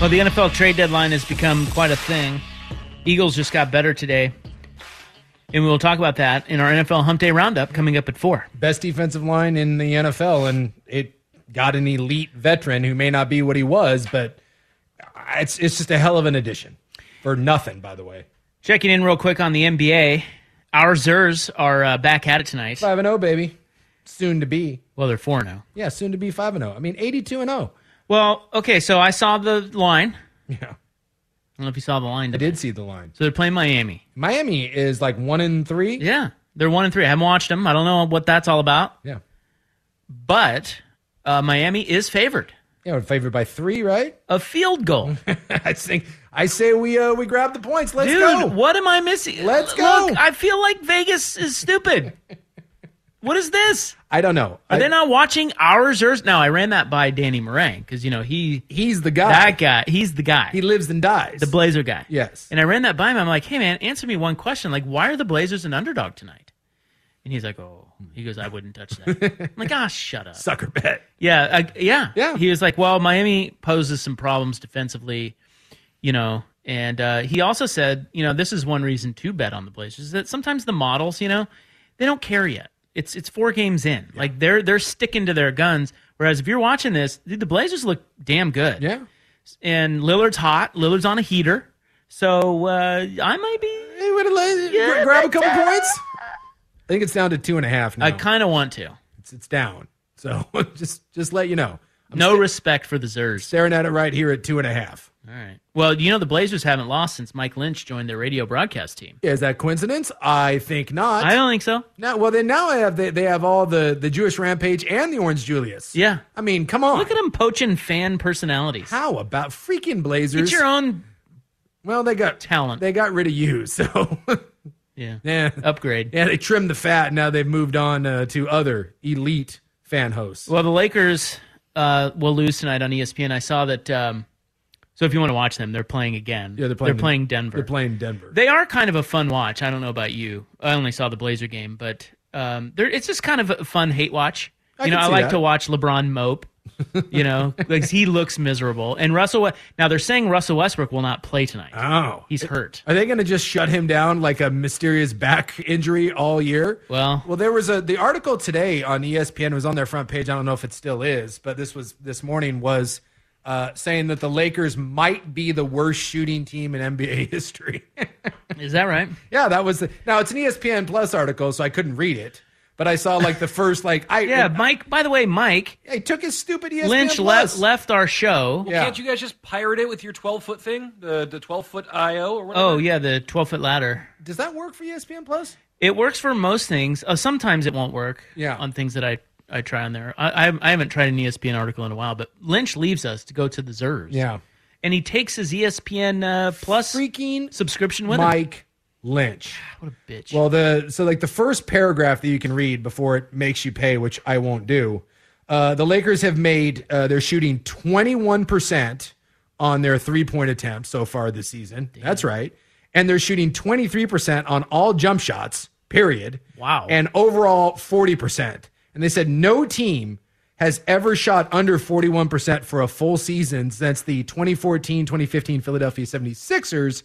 Speaker 7: Well, the NFL trade deadline has become quite a thing. Eagles just got better today. And we will talk about that in our NFL Hump Day Roundup coming up at 4.
Speaker 6: Best defensive line in the NFL, and it got an elite veteran who may not be what he was, but it's, it's just a hell of an addition for nothing, by the way.
Speaker 7: Checking in real quick on the NBA. Our Zers are uh, back at it tonight.
Speaker 6: 5 and 0, baby. Soon to be.
Speaker 7: Well, they're 4 0.
Speaker 6: Yeah, soon to be 5 and 0. I mean, 82 and oh. 0.
Speaker 7: Well, okay, so I saw the line.
Speaker 6: Yeah. I
Speaker 7: don't know if you saw the line.
Speaker 6: I did see the line.
Speaker 7: So they're playing Miami.
Speaker 6: Miami is like 1 and 3.
Speaker 7: Yeah. They're 1 and 3. I haven't watched them. I don't know what that's all about.
Speaker 6: Yeah.
Speaker 7: But uh, Miami is favored.
Speaker 6: Yeah, we're favored by three, right?
Speaker 7: A field goal.
Speaker 6: I think I say we uh, we grab the points. Let's
Speaker 7: Dude,
Speaker 6: go.
Speaker 7: what am I missing?
Speaker 6: Let's go.
Speaker 7: Look, I feel like Vegas is stupid. what is this?
Speaker 6: I don't know.
Speaker 7: Are
Speaker 6: I,
Speaker 7: they not watching ours? Or now I ran that by Danny Meringue because you know he
Speaker 6: he's the guy.
Speaker 7: That guy. He's the guy.
Speaker 6: He lives and dies.
Speaker 7: The Blazer guy.
Speaker 6: Yes.
Speaker 7: And I ran that by him. I'm like, hey man, answer me one question. Like, why are the Blazers an underdog tonight? And he's like, oh. He goes, I wouldn't touch that. I'm like, ah, shut up.
Speaker 6: Sucker bet.
Speaker 7: Yeah, I, yeah,
Speaker 6: yeah.
Speaker 7: He was like, well, Miami poses some problems defensively, you know. And uh, he also said, you know, this is one reason to bet on the Blazers is that sometimes the models, you know, they don't care yet. It's it's four games in,
Speaker 6: Yeah.
Speaker 7: like they're they're sticking to their guns. Whereas if you're watching this, dude, the Blazers look damn good.
Speaker 6: Yeah.
Speaker 7: And Lillard's hot. Lillard's on a heater, so uh, I might be.
Speaker 6: Hey, what a la-
Speaker 7: Yeah,
Speaker 6: grab a
Speaker 7: but,
Speaker 6: couple
Speaker 7: uh,
Speaker 6: points. I think it's down to two and a half now.
Speaker 7: I kind of want to.
Speaker 6: it's, it's down. So just just let you know. I'm
Speaker 7: no
Speaker 6: sta-
Speaker 7: respect for the Zers.
Speaker 6: staring at it right here at two and a half.
Speaker 7: All right. Well, you know the Blazers haven't lost since Mike Lynch joined their radio broadcast team.
Speaker 6: Is that coincidence? I think not.
Speaker 7: I don't think so.
Speaker 6: Now, well, then now I have they, they have all the the Jewish Rampage and the Orange Julius.
Speaker 7: Yeah.
Speaker 6: I mean, come on.
Speaker 7: Look at them poaching fan personalities.
Speaker 6: How about freaking Blazers?
Speaker 7: Get your own
Speaker 6: well, they got
Speaker 7: talent.
Speaker 6: they got rid of you, so
Speaker 7: yeah.
Speaker 6: yeah,
Speaker 7: Upgrade.
Speaker 6: yeah. They trimmed the fat. Now they've moved on uh, to other elite fan hosts.
Speaker 7: Well, the Lakers uh, will lose tonight on ESPN. I saw that. Um, so if you want to watch them, they're playing again.
Speaker 6: yeah, they're playing
Speaker 7: They're playing Denver.
Speaker 6: They're playing Denver.
Speaker 7: They are kind of a fun watch. I don't know about you. I only saw the Blazer game, but um, they're, it's just kind of a fun hate watch.
Speaker 6: I
Speaker 7: you know,
Speaker 6: can
Speaker 7: I
Speaker 6: see
Speaker 7: like
Speaker 6: that.
Speaker 7: to watch LeBron mope. You know, because he looks miserable. And Russell. We- Now they're saying Russell Westbrook will not play tonight.
Speaker 6: oh,
Speaker 7: He's hurt.
Speaker 6: Are they going to just shut him down like a mysterious back injury all year?
Speaker 7: Well-
Speaker 6: well, there was a the article today on E ESPN was on their front page. I don't know if it still is, but this was this morning was uh, saying that the Lakers might be the worst shooting team in NBA history.
Speaker 7: Is that right?
Speaker 6: yeah, that was the, now it's an E ESPN Plus article, so I couldn't read it, but I saw like the first like I
Speaker 7: Yeah, Mike. By the way, Mike
Speaker 6: I took his stupid E ESPN
Speaker 7: Lynch
Speaker 6: Plus.
Speaker 7: left left our show.
Speaker 6: Yeah.
Speaker 8: Can't you guys just pirate it with your 12 foot thing? The the 12 foot IO or whatever?
Speaker 7: Oh yeah, the twelve foot ladder.
Speaker 6: Does that work for E ESPN Plus?
Speaker 7: It works for most things. Uh, sometimes it won't work.
Speaker 6: Yeah.
Speaker 7: On things that I I try on there. I, I I haven't tried an E ESPN article in a while, but Lynch leaves us to go to the Zers. And he takes his ESPN uh, Plus
Speaker 6: freaking
Speaker 7: subscription with him.
Speaker 6: Mike Lynch.
Speaker 7: What a bitch.
Speaker 6: Well, the so like the first paragraph that you can read before it makes you pay, which I won't do. Uh, the Lakers have made uh, they're shooting 21% on their three-point attempts so far this season. That's right. And they're shooting 23% on all jump shots, period.
Speaker 7: Wow.
Speaker 6: And overall 40%. And they said no team has ever shot under 41% for a full season since the 2014-2015 Philadelphia 76ers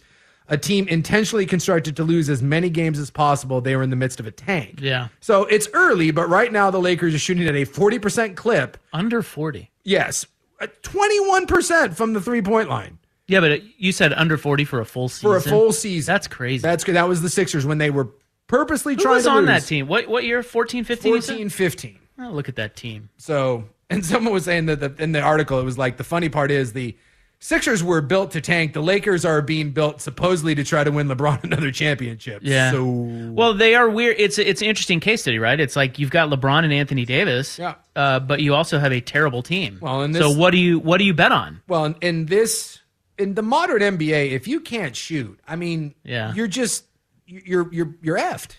Speaker 6: a team intentionally constructed to lose as many games as possible. They were in the midst of a tank.
Speaker 7: Yeah.
Speaker 6: So it's early, but right now the Lakers are shooting at a 40% clip.
Speaker 7: under forty.
Speaker 6: Yes, uh, 21% from the three point line
Speaker 7: Yeah, but it, you said under forty for a full season.
Speaker 6: for a full season.
Speaker 7: That's crazy.
Speaker 6: That's good. That was the Sixers when they were purposely
Speaker 7: Who
Speaker 6: trying
Speaker 7: was
Speaker 6: to
Speaker 7: on
Speaker 6: lose.
Speaker 7: that team? What what year? 14, 15?
Speaker 6: 14 15.
Speaker 7: Oh, look at that team.
Speaker 6: So, and someone was saying that the, in the article, it was like the funny part is the Sixers were built to tank. The Lakers are being built supposedly to try to win LeBron another championship.
Speaker 7: Yeah.
Speaker 6: So,
Speaker 7: Well, they are weird. It's it's an interesting case study, right? It's like you've got LeBron and Anthony Davis,
Speaker 6: Yeah.
Speaker 7: uh, but you also have a terrible team.
Speaker 6: Well, and
Speaker 7: so
Speaker 6: this-
Speaker 7: what do you what do you bet on?
Speaker 6: Well, in, in this, in the modern NBA, if you can't shoot, I mean,
Speaker 7: Yeah.
Speaker 6: you're just you're you're you're effed.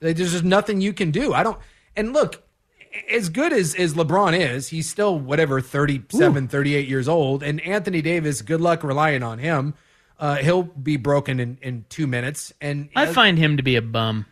Speaker 6: Like, There's just nothing you can do. I don't. And look, as good as as LeBron is, he's still whatever 37, 38 years old. And Anthony Davis, good luck relying on him. Uh, he'll be broken in in two minutes. And
Speaker 7: I find him to be a bum.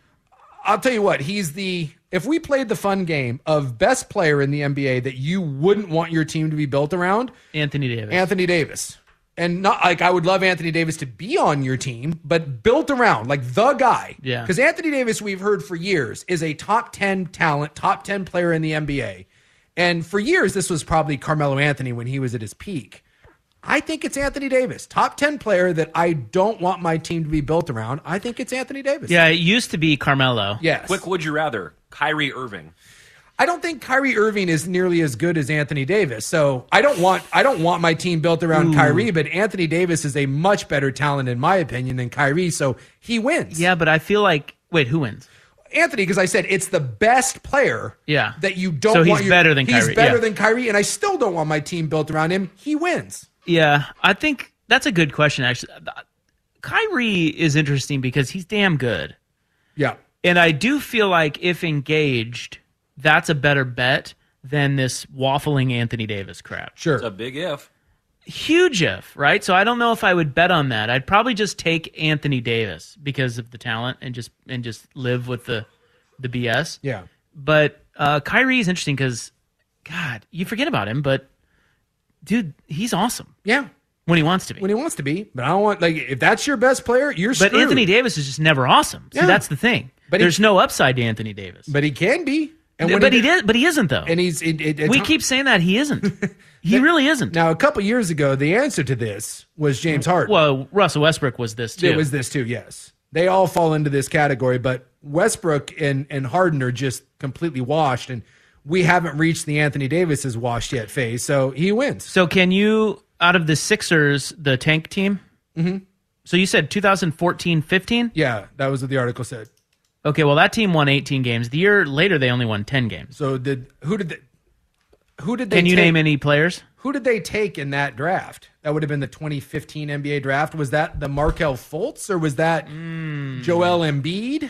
Speaker 6: I'll tell you what, he's the if we played the fun game of best player in the NBA that you wouldn't want your team to be built around,
Speaker 7: Anthony Davis.
Speaker 6: Anthony Davis. And not like I would love Anthony Davis to be on your team, but built around like the guy.
Speaker 7: Yeah.
Speaker 6: Because Anthony Davis, we've heard for years, is a top 10 talent, top 10 player in the NBA. And for years, this was probably Carmelo Anthony when he was at his peak. I think it's Anthony Davis, top 10 player that I don't want my team to be built around. I think it's Anthony Davis.
Speaker 7: Yeah, it used to be Carmelo.
Speaker 6: Yes.
Speaker 8: Quick, would you rather? Kyrie Irving.
Speaker 6: I don't think Kyrie Irving is nearly as good as Anthony Davis. So I don't want I don't want my team built
Speaker 7: Ooh.
Speaker 6: around Kyrie, but Anthony Davis is a much better talent in my opinion than Kyrie, so he wins.
Speaker 7: Yeah, but I feel like wait, who wins?
Speaker 6: Anthony, because I said it's the best player
Speaker 7: Yeah.
Speaker 6: that you don't
Speaker 7: So he's
Speaker 6: want your-
Speaker 7: better than
Speaker 6: he's
Speaker 7: Kyrie,
Speaker 6: better
Speaker 7: yeah.
Speaker 6: than Kyrie, and I still don't want my team built around him. He wins.
Speaker 7: Yeah, I think that's a good question. Actually, Kyrie is interesting because he's damn good,
Speaker 6: Yeah.
Speaker 7: and I do feel like if engaged, that's a better bet than this waffling Anthony Davis crap.
Speaker 6: Sure,
Speaker 8: It's a big if.
Speaker 7: huge if right. So I don't know if I would bet on that. I'd probably just take Anthony Davis because of the talent and just and just live with the the BS.
Speaker 6: Yeah.
Speaker 7: But uh, Kyrie is interesting because, God, you forget about him, but dude, he's awesome
Speaker 6: Yeah.
Speaker 7: when he wants to be.
Speaker 6: When he wants to be. But I don't want like if that's your best player, you're
Speaker 7: But
Speaker 6: screwed.
Speaker 7: Anthony Davis is just never awesome. See,
Speaker 6: Yeah.
Speaker 7: that's the thing.
Speaker 6: But
Speaker 7: But
Speaker 6: he-
Speaker 7: there's no upside to Anthony Davis.
Speaker 6: But he can be. And when
Speaker 7: but he
Speaker 6: did-
Speaker 7: did. But he isn't though.
Speaker 6: and he's it, it, it's-
Speaker 7: we keep saying that he isn't. He really isn't.
Speaker 6: Now, a couple years ago, the answer to this was James Harden.
Speaker 7: Mm, Well, Russell Westbrook was this too.
Speaker 6: It was this too, yes. They all fall into this category, but Westbrook and, and Harden are just completely washed, and we haven't reached the Anthony Davis is washed yet phase, so he wins.
Speaker 7: So can you out of the Sixers, the tank team?
Speaker 6: Mhm.
Speaker 7: So you said 2014, 15.
Speaker 6: Yeah, that was what the article said.
Speaker 7: Okay, well that team won 18 games. The year later, they only won 10 games.
Speaker 6: So did who did they, who did they
Speaker 7: Can you
Speaker 6: take-
Speaker 7: name any players?
Speaker 6: who did they take in that draft? That would have been the 2015 NBA draft. Was that the Markel Fultz or was that
Speaker 7: Hmm.
Speaker 6: Joel Embiid?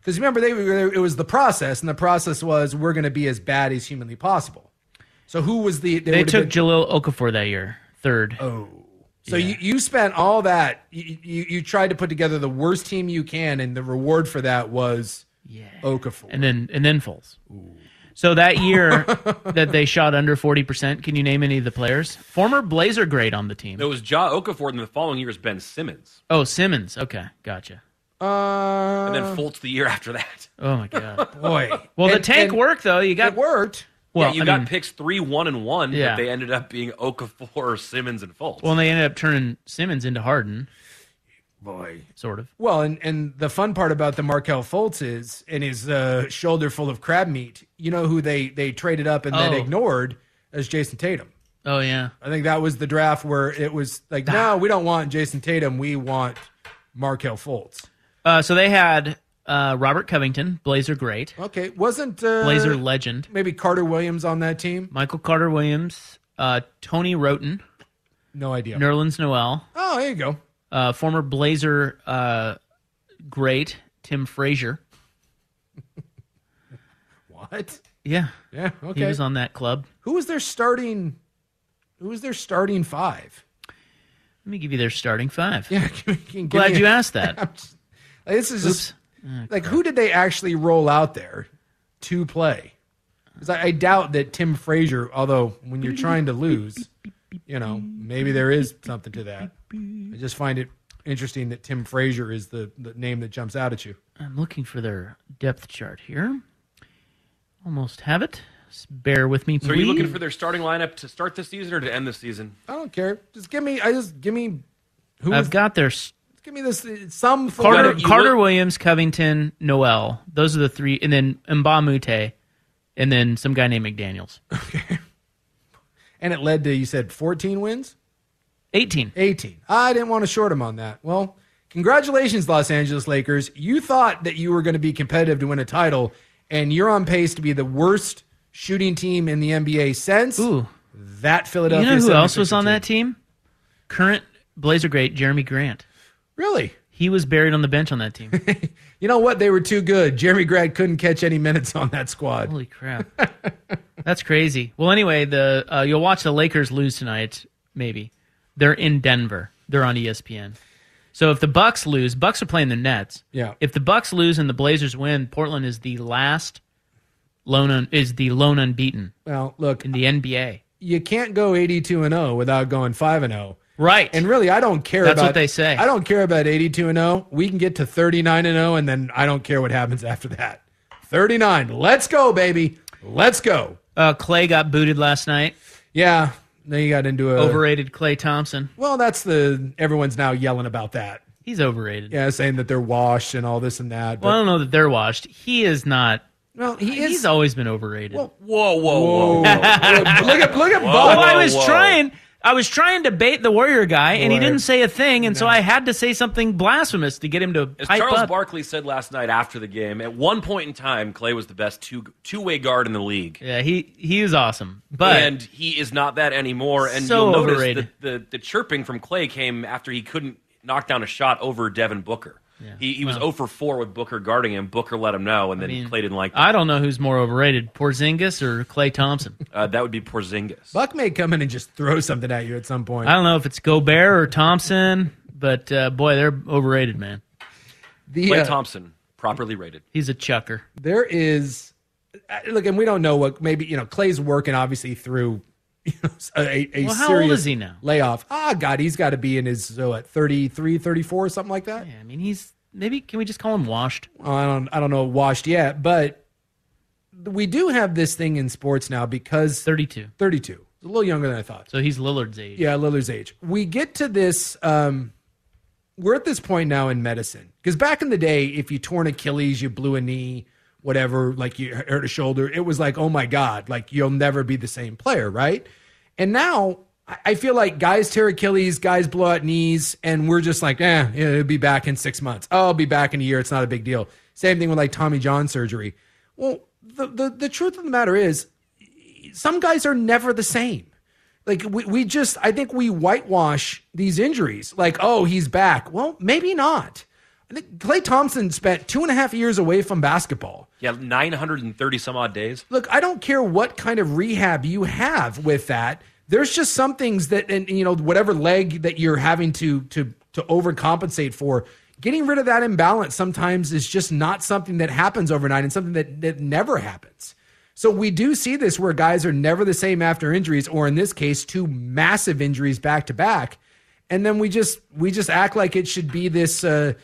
Speaker 6: Because remember, they were, it was the process, and the process was we're going to be as bad as humanly possible. So who was the there
Speaker 7: They
Speaker 6: would have
Speaker 7: took
Speaker 6: been-
Speaker 7: Jalil Okafor that year, third.
Speaker 6: Oh, so you, you spent all that you, you you tried to put together the worst team you can, and the reward for that was
Speaker 7: yeah.
Speaker 6: Okafor.
Speaker 7: and then and then Foles. So that year that they shot under forty percent, can you name any of the players? Former Blazer great on the team.
Speaker 8: There was Ja Okafor, and the following year is Ben Simmons.
Speaker 7: Oh, Simmons. Okay, gotcha.
Speaker 6: Uh,
Speaker 8: And then Fultz the year after that.
Speaker 7: Oh my god.
Speaker 6: boy.
Speaker 7: Well, the
Speaker 6: And-
Speaker 7: tank
Speaker 6: and
Speaker 7: worked though. You
Speaker 6: It
Speaker 7: got
Speaker 6: worked.
Speaker 7: well.
Speaker 8: yeah, you
Speaker 7: I
Speaker 8: got
Speaker 7: mean,
Speaker 8: picks three, one, and one,
Speaker 7: Yeah.
Speaker 8: but they ended up being Okafor, Simmons, and Fultz.
Speaker 7: well, and they ended up turning Simmons into Harden,
Speaker 6: Boy.
Speaker 7: sort of.
Speaker 6: Well, and, and the fun part about the Markel Fultz is and his uh, shoulder full of crab meat. You know who they they traded up and then
Speaker 7: Oh.
Speaker 6: ignored as Jason Tatum.
Speaker 7: Oh yeah.
Speaker 6: I think that was the draft where it was like, no, we don't want Jason Tatum. We want Markel Fultz.
Speaker 7: Uh, so they had uh, Robert Covington, Blazer great,
Speaker 6: Okay, wasn't uh,
Speaker 7: Blazer legend,
Speaker 6: maybe Carter Williams on that team?
Speaker 7: Michael Carter Williams, uh, Tony Roten,
Speaker 6: No idea.
Speaker 7: Nerlens Noel,
Speaker 6: oh, there you go.
Speaker 7: uh, former Blazer uh, great Tim Frazier.
Speaker 6: What?
Speaker 7: Yeah,
Speaker 6: Yeah.
Speaker 7: he
Speaker 6: Okay.
Speaker 7: was on that club.
Speaker 6: who was their starting? Who was their starting five?
Speaker 7: Let me give you their starting five.
Speaker 6: Yeah. Can, can, give
Speaker 7: Glad
Speaker 6: me a-
Speaker 7: you asked that.
Speaker 6: I'm just- like, this is just
Speaker 7: Oops. Ah,
Speaker 6: like who did they actually roll out there to play? 'Cause I, I doubt that Tim Frazier, although when you're trying to lose, you know, maybe there is something to that. I just find it interesting that Tim Frazier is the, the name that jumps out at you.
Speaker 7: I'm looking for their depth chart here. Almost have it. Just bear with me, please.
Speaker 8: so are you looking for their starting lineup to start the season or to end the season?
Speaker 6: I don't care. Just give me. I just give me. Who
Speaker 7: I've
Speaker 6: is-
Speaker 7: got their s-
Speaker 6: give me this some form
Speaker 7: Carter,
Speaker 6: of-
Speaker 8: you
Speaker 7: Carter
Speaker 8: look-
Speaker 7: Williams, Covington, Noel. Those are the three, and then Mbamute, and then some guy named McDaniel's.
Speaker 6: and it led to you said 14 wins,
Speaker 7: 18.
Speaker 6: 18. I didn't want to short him on that. Well, congratulations, Los Angeles Lakers. You thought that you were going to be competitive to win a title, and you're on pace to be the worst shooting team in the NBA since
Speaker 7: Ooh,
Speaker 6: that
Speaker 7: you
Speaker 6: Philadelphia.
Speaker 7: know who else was
Speaker 6: 76er
Speaker 7: on that team? Current Blazer great Jeremy Grant.
Speaker 6: Really?
Speaker 7: He was buried on the bench on that team.
Speaker 6: You know what? They were too good. Jeremy Grant couldn't catch any minutes on that squad.
Speaker 7: Holy crap, that's crazy. Well, anyway, the uh, you'll watch the Lakers lose tonight. Maybe they're in Denver. They're on E ESPN. So if the Bucks lose, Bucks are playing the Nets.
Speaker 6: Yeah.
Speaker 7: If the Bucks lose and the Blazers win, Portland is the last lone un, is the lone unbeaten.
Speaker 6: Well, look
Speaker 7: in the NBA,
Speaker 6: you can't go 82 and 0 without going 5 and oh. 0.
Speaker 7: Right.
Speaker 6: And really, I don't care
Speaker 7: That's
Speaker 6: about
Speaker 7: what they say.
Speaker 6: I don't care about 82 and 0. We can get to 39 and 0 and then I don't care what happens after that. 39. Let's go, baby. Let's go.
Speaker 7: Uh, Clay got booted last night.
Speaker 6: Yeah. Then you got into a
Speaker 7: Overrated Clay Thompson.
Speaker 6: Well, that's the everyone's now yelling about that.
Speaker 7: He's overrated.
Speaker 6: Yeah, saying that they're washed and all this and that.
Speaker 7: Well, I
Speaker 6: But
Speaker 7: don't know that they're washed. He is not.
Speaker 6: Well, he
Speaker 7: He's
Speaker 6: is-
Speaker 7: always been overrated.
Speaker 8: Whoa, whoa, whoa.
Speaker 6: Whoa. look at look at
Speaker 7: Well,
Speaker 8: Oh,
Speaker 6: Bob.
Speaker 7: I was trying. I was trying to bait the Warrior guy, and he
Speaker 6: Right.
Speaker 7: didn't say a thing, and so I had to say something blasphemous to get him to
Speaker 8: As
Speaker 7: pipe
Speaker 8: Charles
Speaker 7: up.
Speaker 8: Barkley said last night after the game, at one point in time, Clay was the best two two way guard in the league.
Speaker 7: yeah, he he is awesome, but
Speaker 8: and he is not that anymore. And
Speaker 7: So
Speaker 8: you'll notice
Speaker 7: overrated.
Speaker 8: that the, the chirping from Clay came after he couldn't knock down a shot over Devin Booker. He, he was
Speaker 7: Well.
Speaker 8: 0 for 4 with Booker guarding him. Booker let him know, and then
Speaker 7: mean,
Speaker 8: Clay didn't like that.
Speaker 7: I don't know who's more overrated, Porzingis or Clay Thompson.
Speaker 8: Uh, that would be Porzingis.
Speaker 6: Buck may come in and just throw something at you at some point.
Speaker 7: I don't know if it's Gobert or Thompson, but uh, boy, they're overrated, man.
Speaker 6: The,
Speaker 8: Clay
Speaker 6: uh,
Speaker 8: Thompson, properly rated.
Speaker 7: He's a chucker.
Speaker 6: there is uh, look, and we don't know what maybe you know. Clay's working obviously through you know, a, a
Speaker 7: Well, how old
Speaker 6: serious
Speaker 7: is he now?
Speaker 6: layoff. Ah, God, he's got to be in his so at 33, 34, something like that.
Speaker 7: Yeah, I mean, he's maybe can we just call him washed?
Speaker 6: I don't, I don't know washed yet, but we do have this thing in sports now because
Speaker 7: Thirty-two,
Speaker 6: thirty-two, a little younger than I thought.
Speaker 7: so he's Lillard's age.
Speaker 6: Yeah, Lillard's age. We get to this. Um, we're at this point now in medicine because back in the day, if you tore an Achilles, you blew a knee, whatever, like you hurt a shoulder, it was like, oh my god, like you'll never be the same player, right? And now I- I feel like guys tear Achilles, guys blow out knees, and we're just like, eh, it'll be back in six months. Oh, I'll be back in a year. It's not a big deal. Same thing with like Tommy John surgery. Well, the the, the truth of the matter is, some guys are never the same. Like we, we just I think we whitewash these injuries. Like, oh, he's back. Well, maybe not. I think Clay Thompson spent two and a half years away from basketball.
Speaker 8: Yeah, 930 some odd days.
Speaker 6: Look, I don't care what kind of rehab you have with that. There's just some things that and you know, whatever leg that you're having to to to overcompensate for, getting rid of that imbalance sometimes is just not something that happens overnight and something that, that never happens. So we do see this where guys are never the same after injuries, or in this case, two massive injuries back to back, and then we just we just act like it should be this, uh,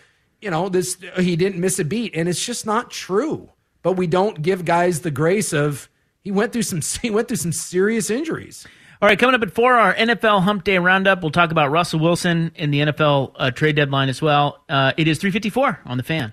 Speaker 6: you know, this uh, he didn't miss a beat, and it's just not true. But we don't give guys the grace of he went through some he went through some serious injuries.
Speaker 7: All right, coming up at four, our NFL Hump Day Roundup. We'll talk about Russell Wilson in the NFL uh, trade deadline as well. Uh, it is three fifty-four on the fan.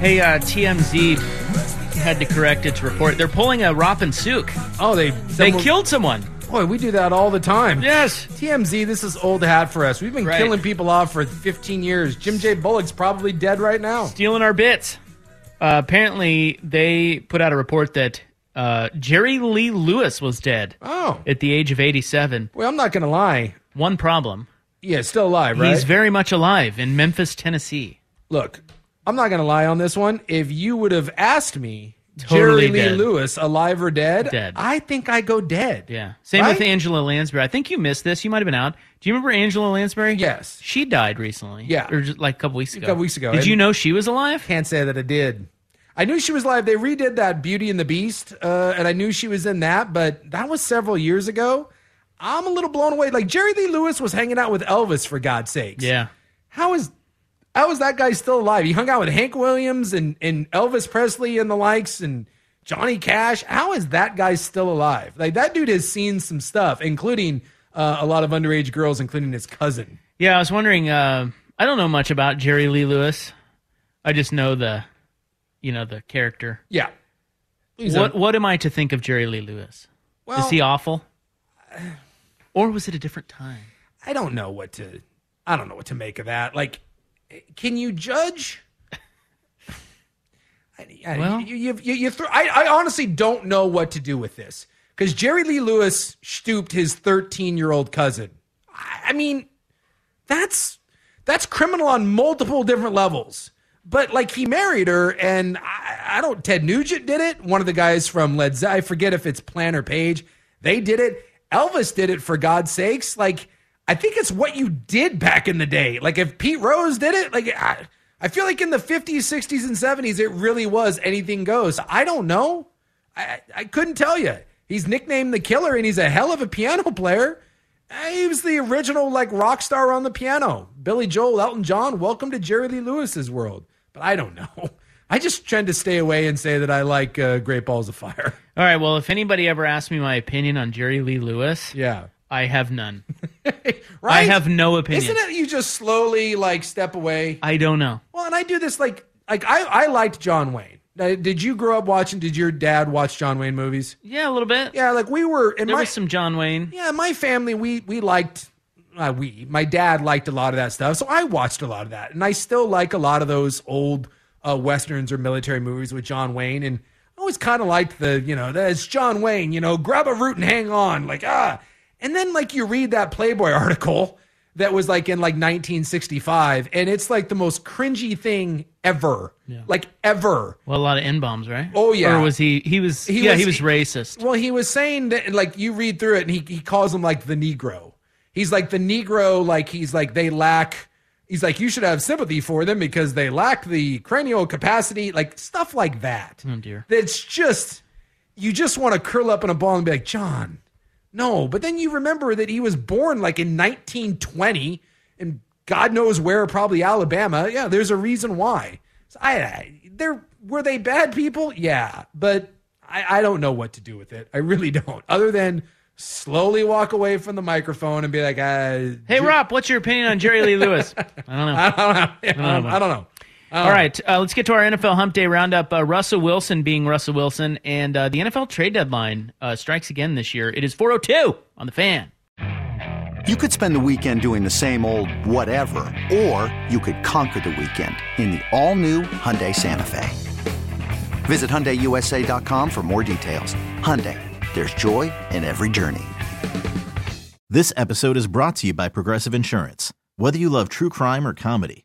Speaker 7: Hey, uh, TMZ had to correct its report. They're pulling a Rop and Sook.
Speaker 6: Oh, they
Speaker 7: they killed someone.
Speaker 6: Boy, we do that all the time.
Speaker 7: Yes.
Speaker 6: TMZ, this is old hat for us. We've been
Speaker 7: Right.
Speaker 6: killing people off for 15 years. Jim J. Bullock's probably dead right now.
Speaker 7: stealing our bits. Uh, apparently, they put out a report that uh, Jerry Lee Lewis was dead
Speaker 6: Oh.
Speaker 7: at the age of 87.
Speaker 6: Well, I'm not going to lie.
Speaker 7: One problem
Speaker 6: Yeah, still alive, right?
Speaker 7: he's very much alive in Memphis, Tennessee.
Speaker 6: Look, I'm not going to lie on this one. If you would have asked me,
Speaker 7: Totally
Speaker 6: Jerry Lee
Speaker 7: dead.
Speaker 6: Lewis, alive or dead,
Speaker 7: Dead.
Speaker 6: I think I go dead.
Speaker 7: Yeah. Same
Speaker 6: Right?
Speaker 7: with Angela Lansbury. I think you missed this. You might have been out. Do you remember Angela Lansbury?
Speaker 6: Yes.
Speaker 7: She died recently.
Speaker 6: Yeah.
Speaker 7: Or just like a couple weeks
Speaker 6: A
Speaker 7: ago.
Speaker 6: couple weeks ago.
Speaker 7: Did
Speaker 6: And-
Speaker 7: you know she was alive?
Speaker 6: Can't say that I did. I knew she was live. They redid that Beauty and the Beast, uh, and I knew she was in that, but that was several years ago. I'm a little blown away. Like Jerry Lee Lewis was hanging out with Elvis for God's sakes.
Speaker 7: Yeah.
Speaker 6: How is how is that guy still alive? He hung out with Hank Williams and, and Elvis Presley and the likes and Johnny Cash. How is that guy still alive? Like that dude has seen some stuff, including uh, a lot of underage girls, including his cousin.
Speaker 7: Yeah. I was wondering. Uh, I don't know much about Jerry Lee Lewis. I just know the, you know, the character.
Speaker 6: Yeah. He's
Speaker 7: what
Speaker 6: a-
Speaker 7: what am I to think of Jerry Lee Lewis?
Speaker 6: Well-
Speaker 7: Is he awful? Or was it a different time?
Speaker 6: I don't know what to I don't know what to make of that. Like can you judge Yeah, you, you, you, you throw, I, I honestly don't know what to do with this because Jerry Lee Lewis stooped his 13 year old cousin. I, I mean, that's that's criminal on multiple different levels. But like he married her, and I, I don't. Ted Nugent did it. One of the guys from Led Zeppelin. I forget if it's Plan or Page. They did it. Elvis did it for God's sakes. Like I think it's what you did back in the day. Like if Pete Rose did it, like I, I feel like in the 50s, 60s, and 70s, it really was anything goes. I don't know. I, I couldn't tell you. He's nicknamed the killer, and he's a hell of a piano player. Uh, He was the original like rock star on the piano. Billy Joel, Elton John. Welcome to Jerry Lee Lewis's world. But I don't know. I just tend to stay away and say that I like uh, Great Balls of Fire.
Speaker 7: All right. Well, if anybody ever asks me my opinion on Jerry Lee Lewis,
Speaker 6: yeah,
Speaker 7: I have none.
Speaker 6: Right?
Speaker 7: I have no opinion.
Speaker 6: Isn't it you just slowly like step away?
Speaker 7: I don't know.
Speaker 6: Well, and I do this like like I I liked John Wayne. Now, did you grow up watching? Did your dad watch John Wayne movies?
Speaker 7: Yeah, a little bit.
Speaker 6: Yeah, like we were. In
Speaker 7: there
Speaker 6: my,
Speaker 7: was some John Wayne.
Speaker 6: Yeah, my family we we liked uh, we my dad liked a lot of that stuff, so I watched a lot of that, and I still like a lot of those old uh, westerns or military movies with John Wayne, and I always kind of liked the you know that's John Wayne, you know, grab a root and hang on, like ah, and then like you read that Playboy article that was like in like 1965, and it's like the most cringy thing ever, like ever.
Speaker 7: Well, a lot of n bombs, right?
Speaker 6: Oh, yeah.
Speaker 7: Or was he? He was.
Speaker 6: He
Speaker 7: yeah,
Speaker 6: was-
Speaker 7: he was racist.
Speaker 6: Well, he was saying that, like, you read through it, and he, he calls him like the Negro. He's like the Negro, like he's like they lack. He's like you should have sympathy for them because they lack the cranial capacity, like stuff like that.
Speaker 7: Oh dear.
Speaker 6: That's just you just want to curl up in a ball and be like John. No, but then you remember that he was born like in 1920, and God knows where, probably Alabama. Yeah, there's a reason why. So I, I there were they bad people? Yeah, but I, I don't know what to do with it. I really don't. Other than slowly walk away from the microphone and be like, uh,
Speaker 7: Hey, Rob, what's your opinion on Jerry Lee Lewis? Uh-huh. I don't know.
Speaker 6: I don't know. I don't know. I don't know.
Speaker 7: All right, uh, let's get to our NFL Hump Day roundup. Uh, Russell Wilson being Russell Wilson, and uh, the NFL trade deadline uh, strikes again this year. It is 4:02 on the fan.
Speaker 10: You could spend the weekend doing the same old whatever, or you could conquer the weekend in the all-new Hyundai Santa Fe. Visit HyundaiUSA.com for more details. Hyundai, there's joy in every journey.
Speaker 11: This episode is brought to you by Progressive Insurance. Whether you love true crime or comedy,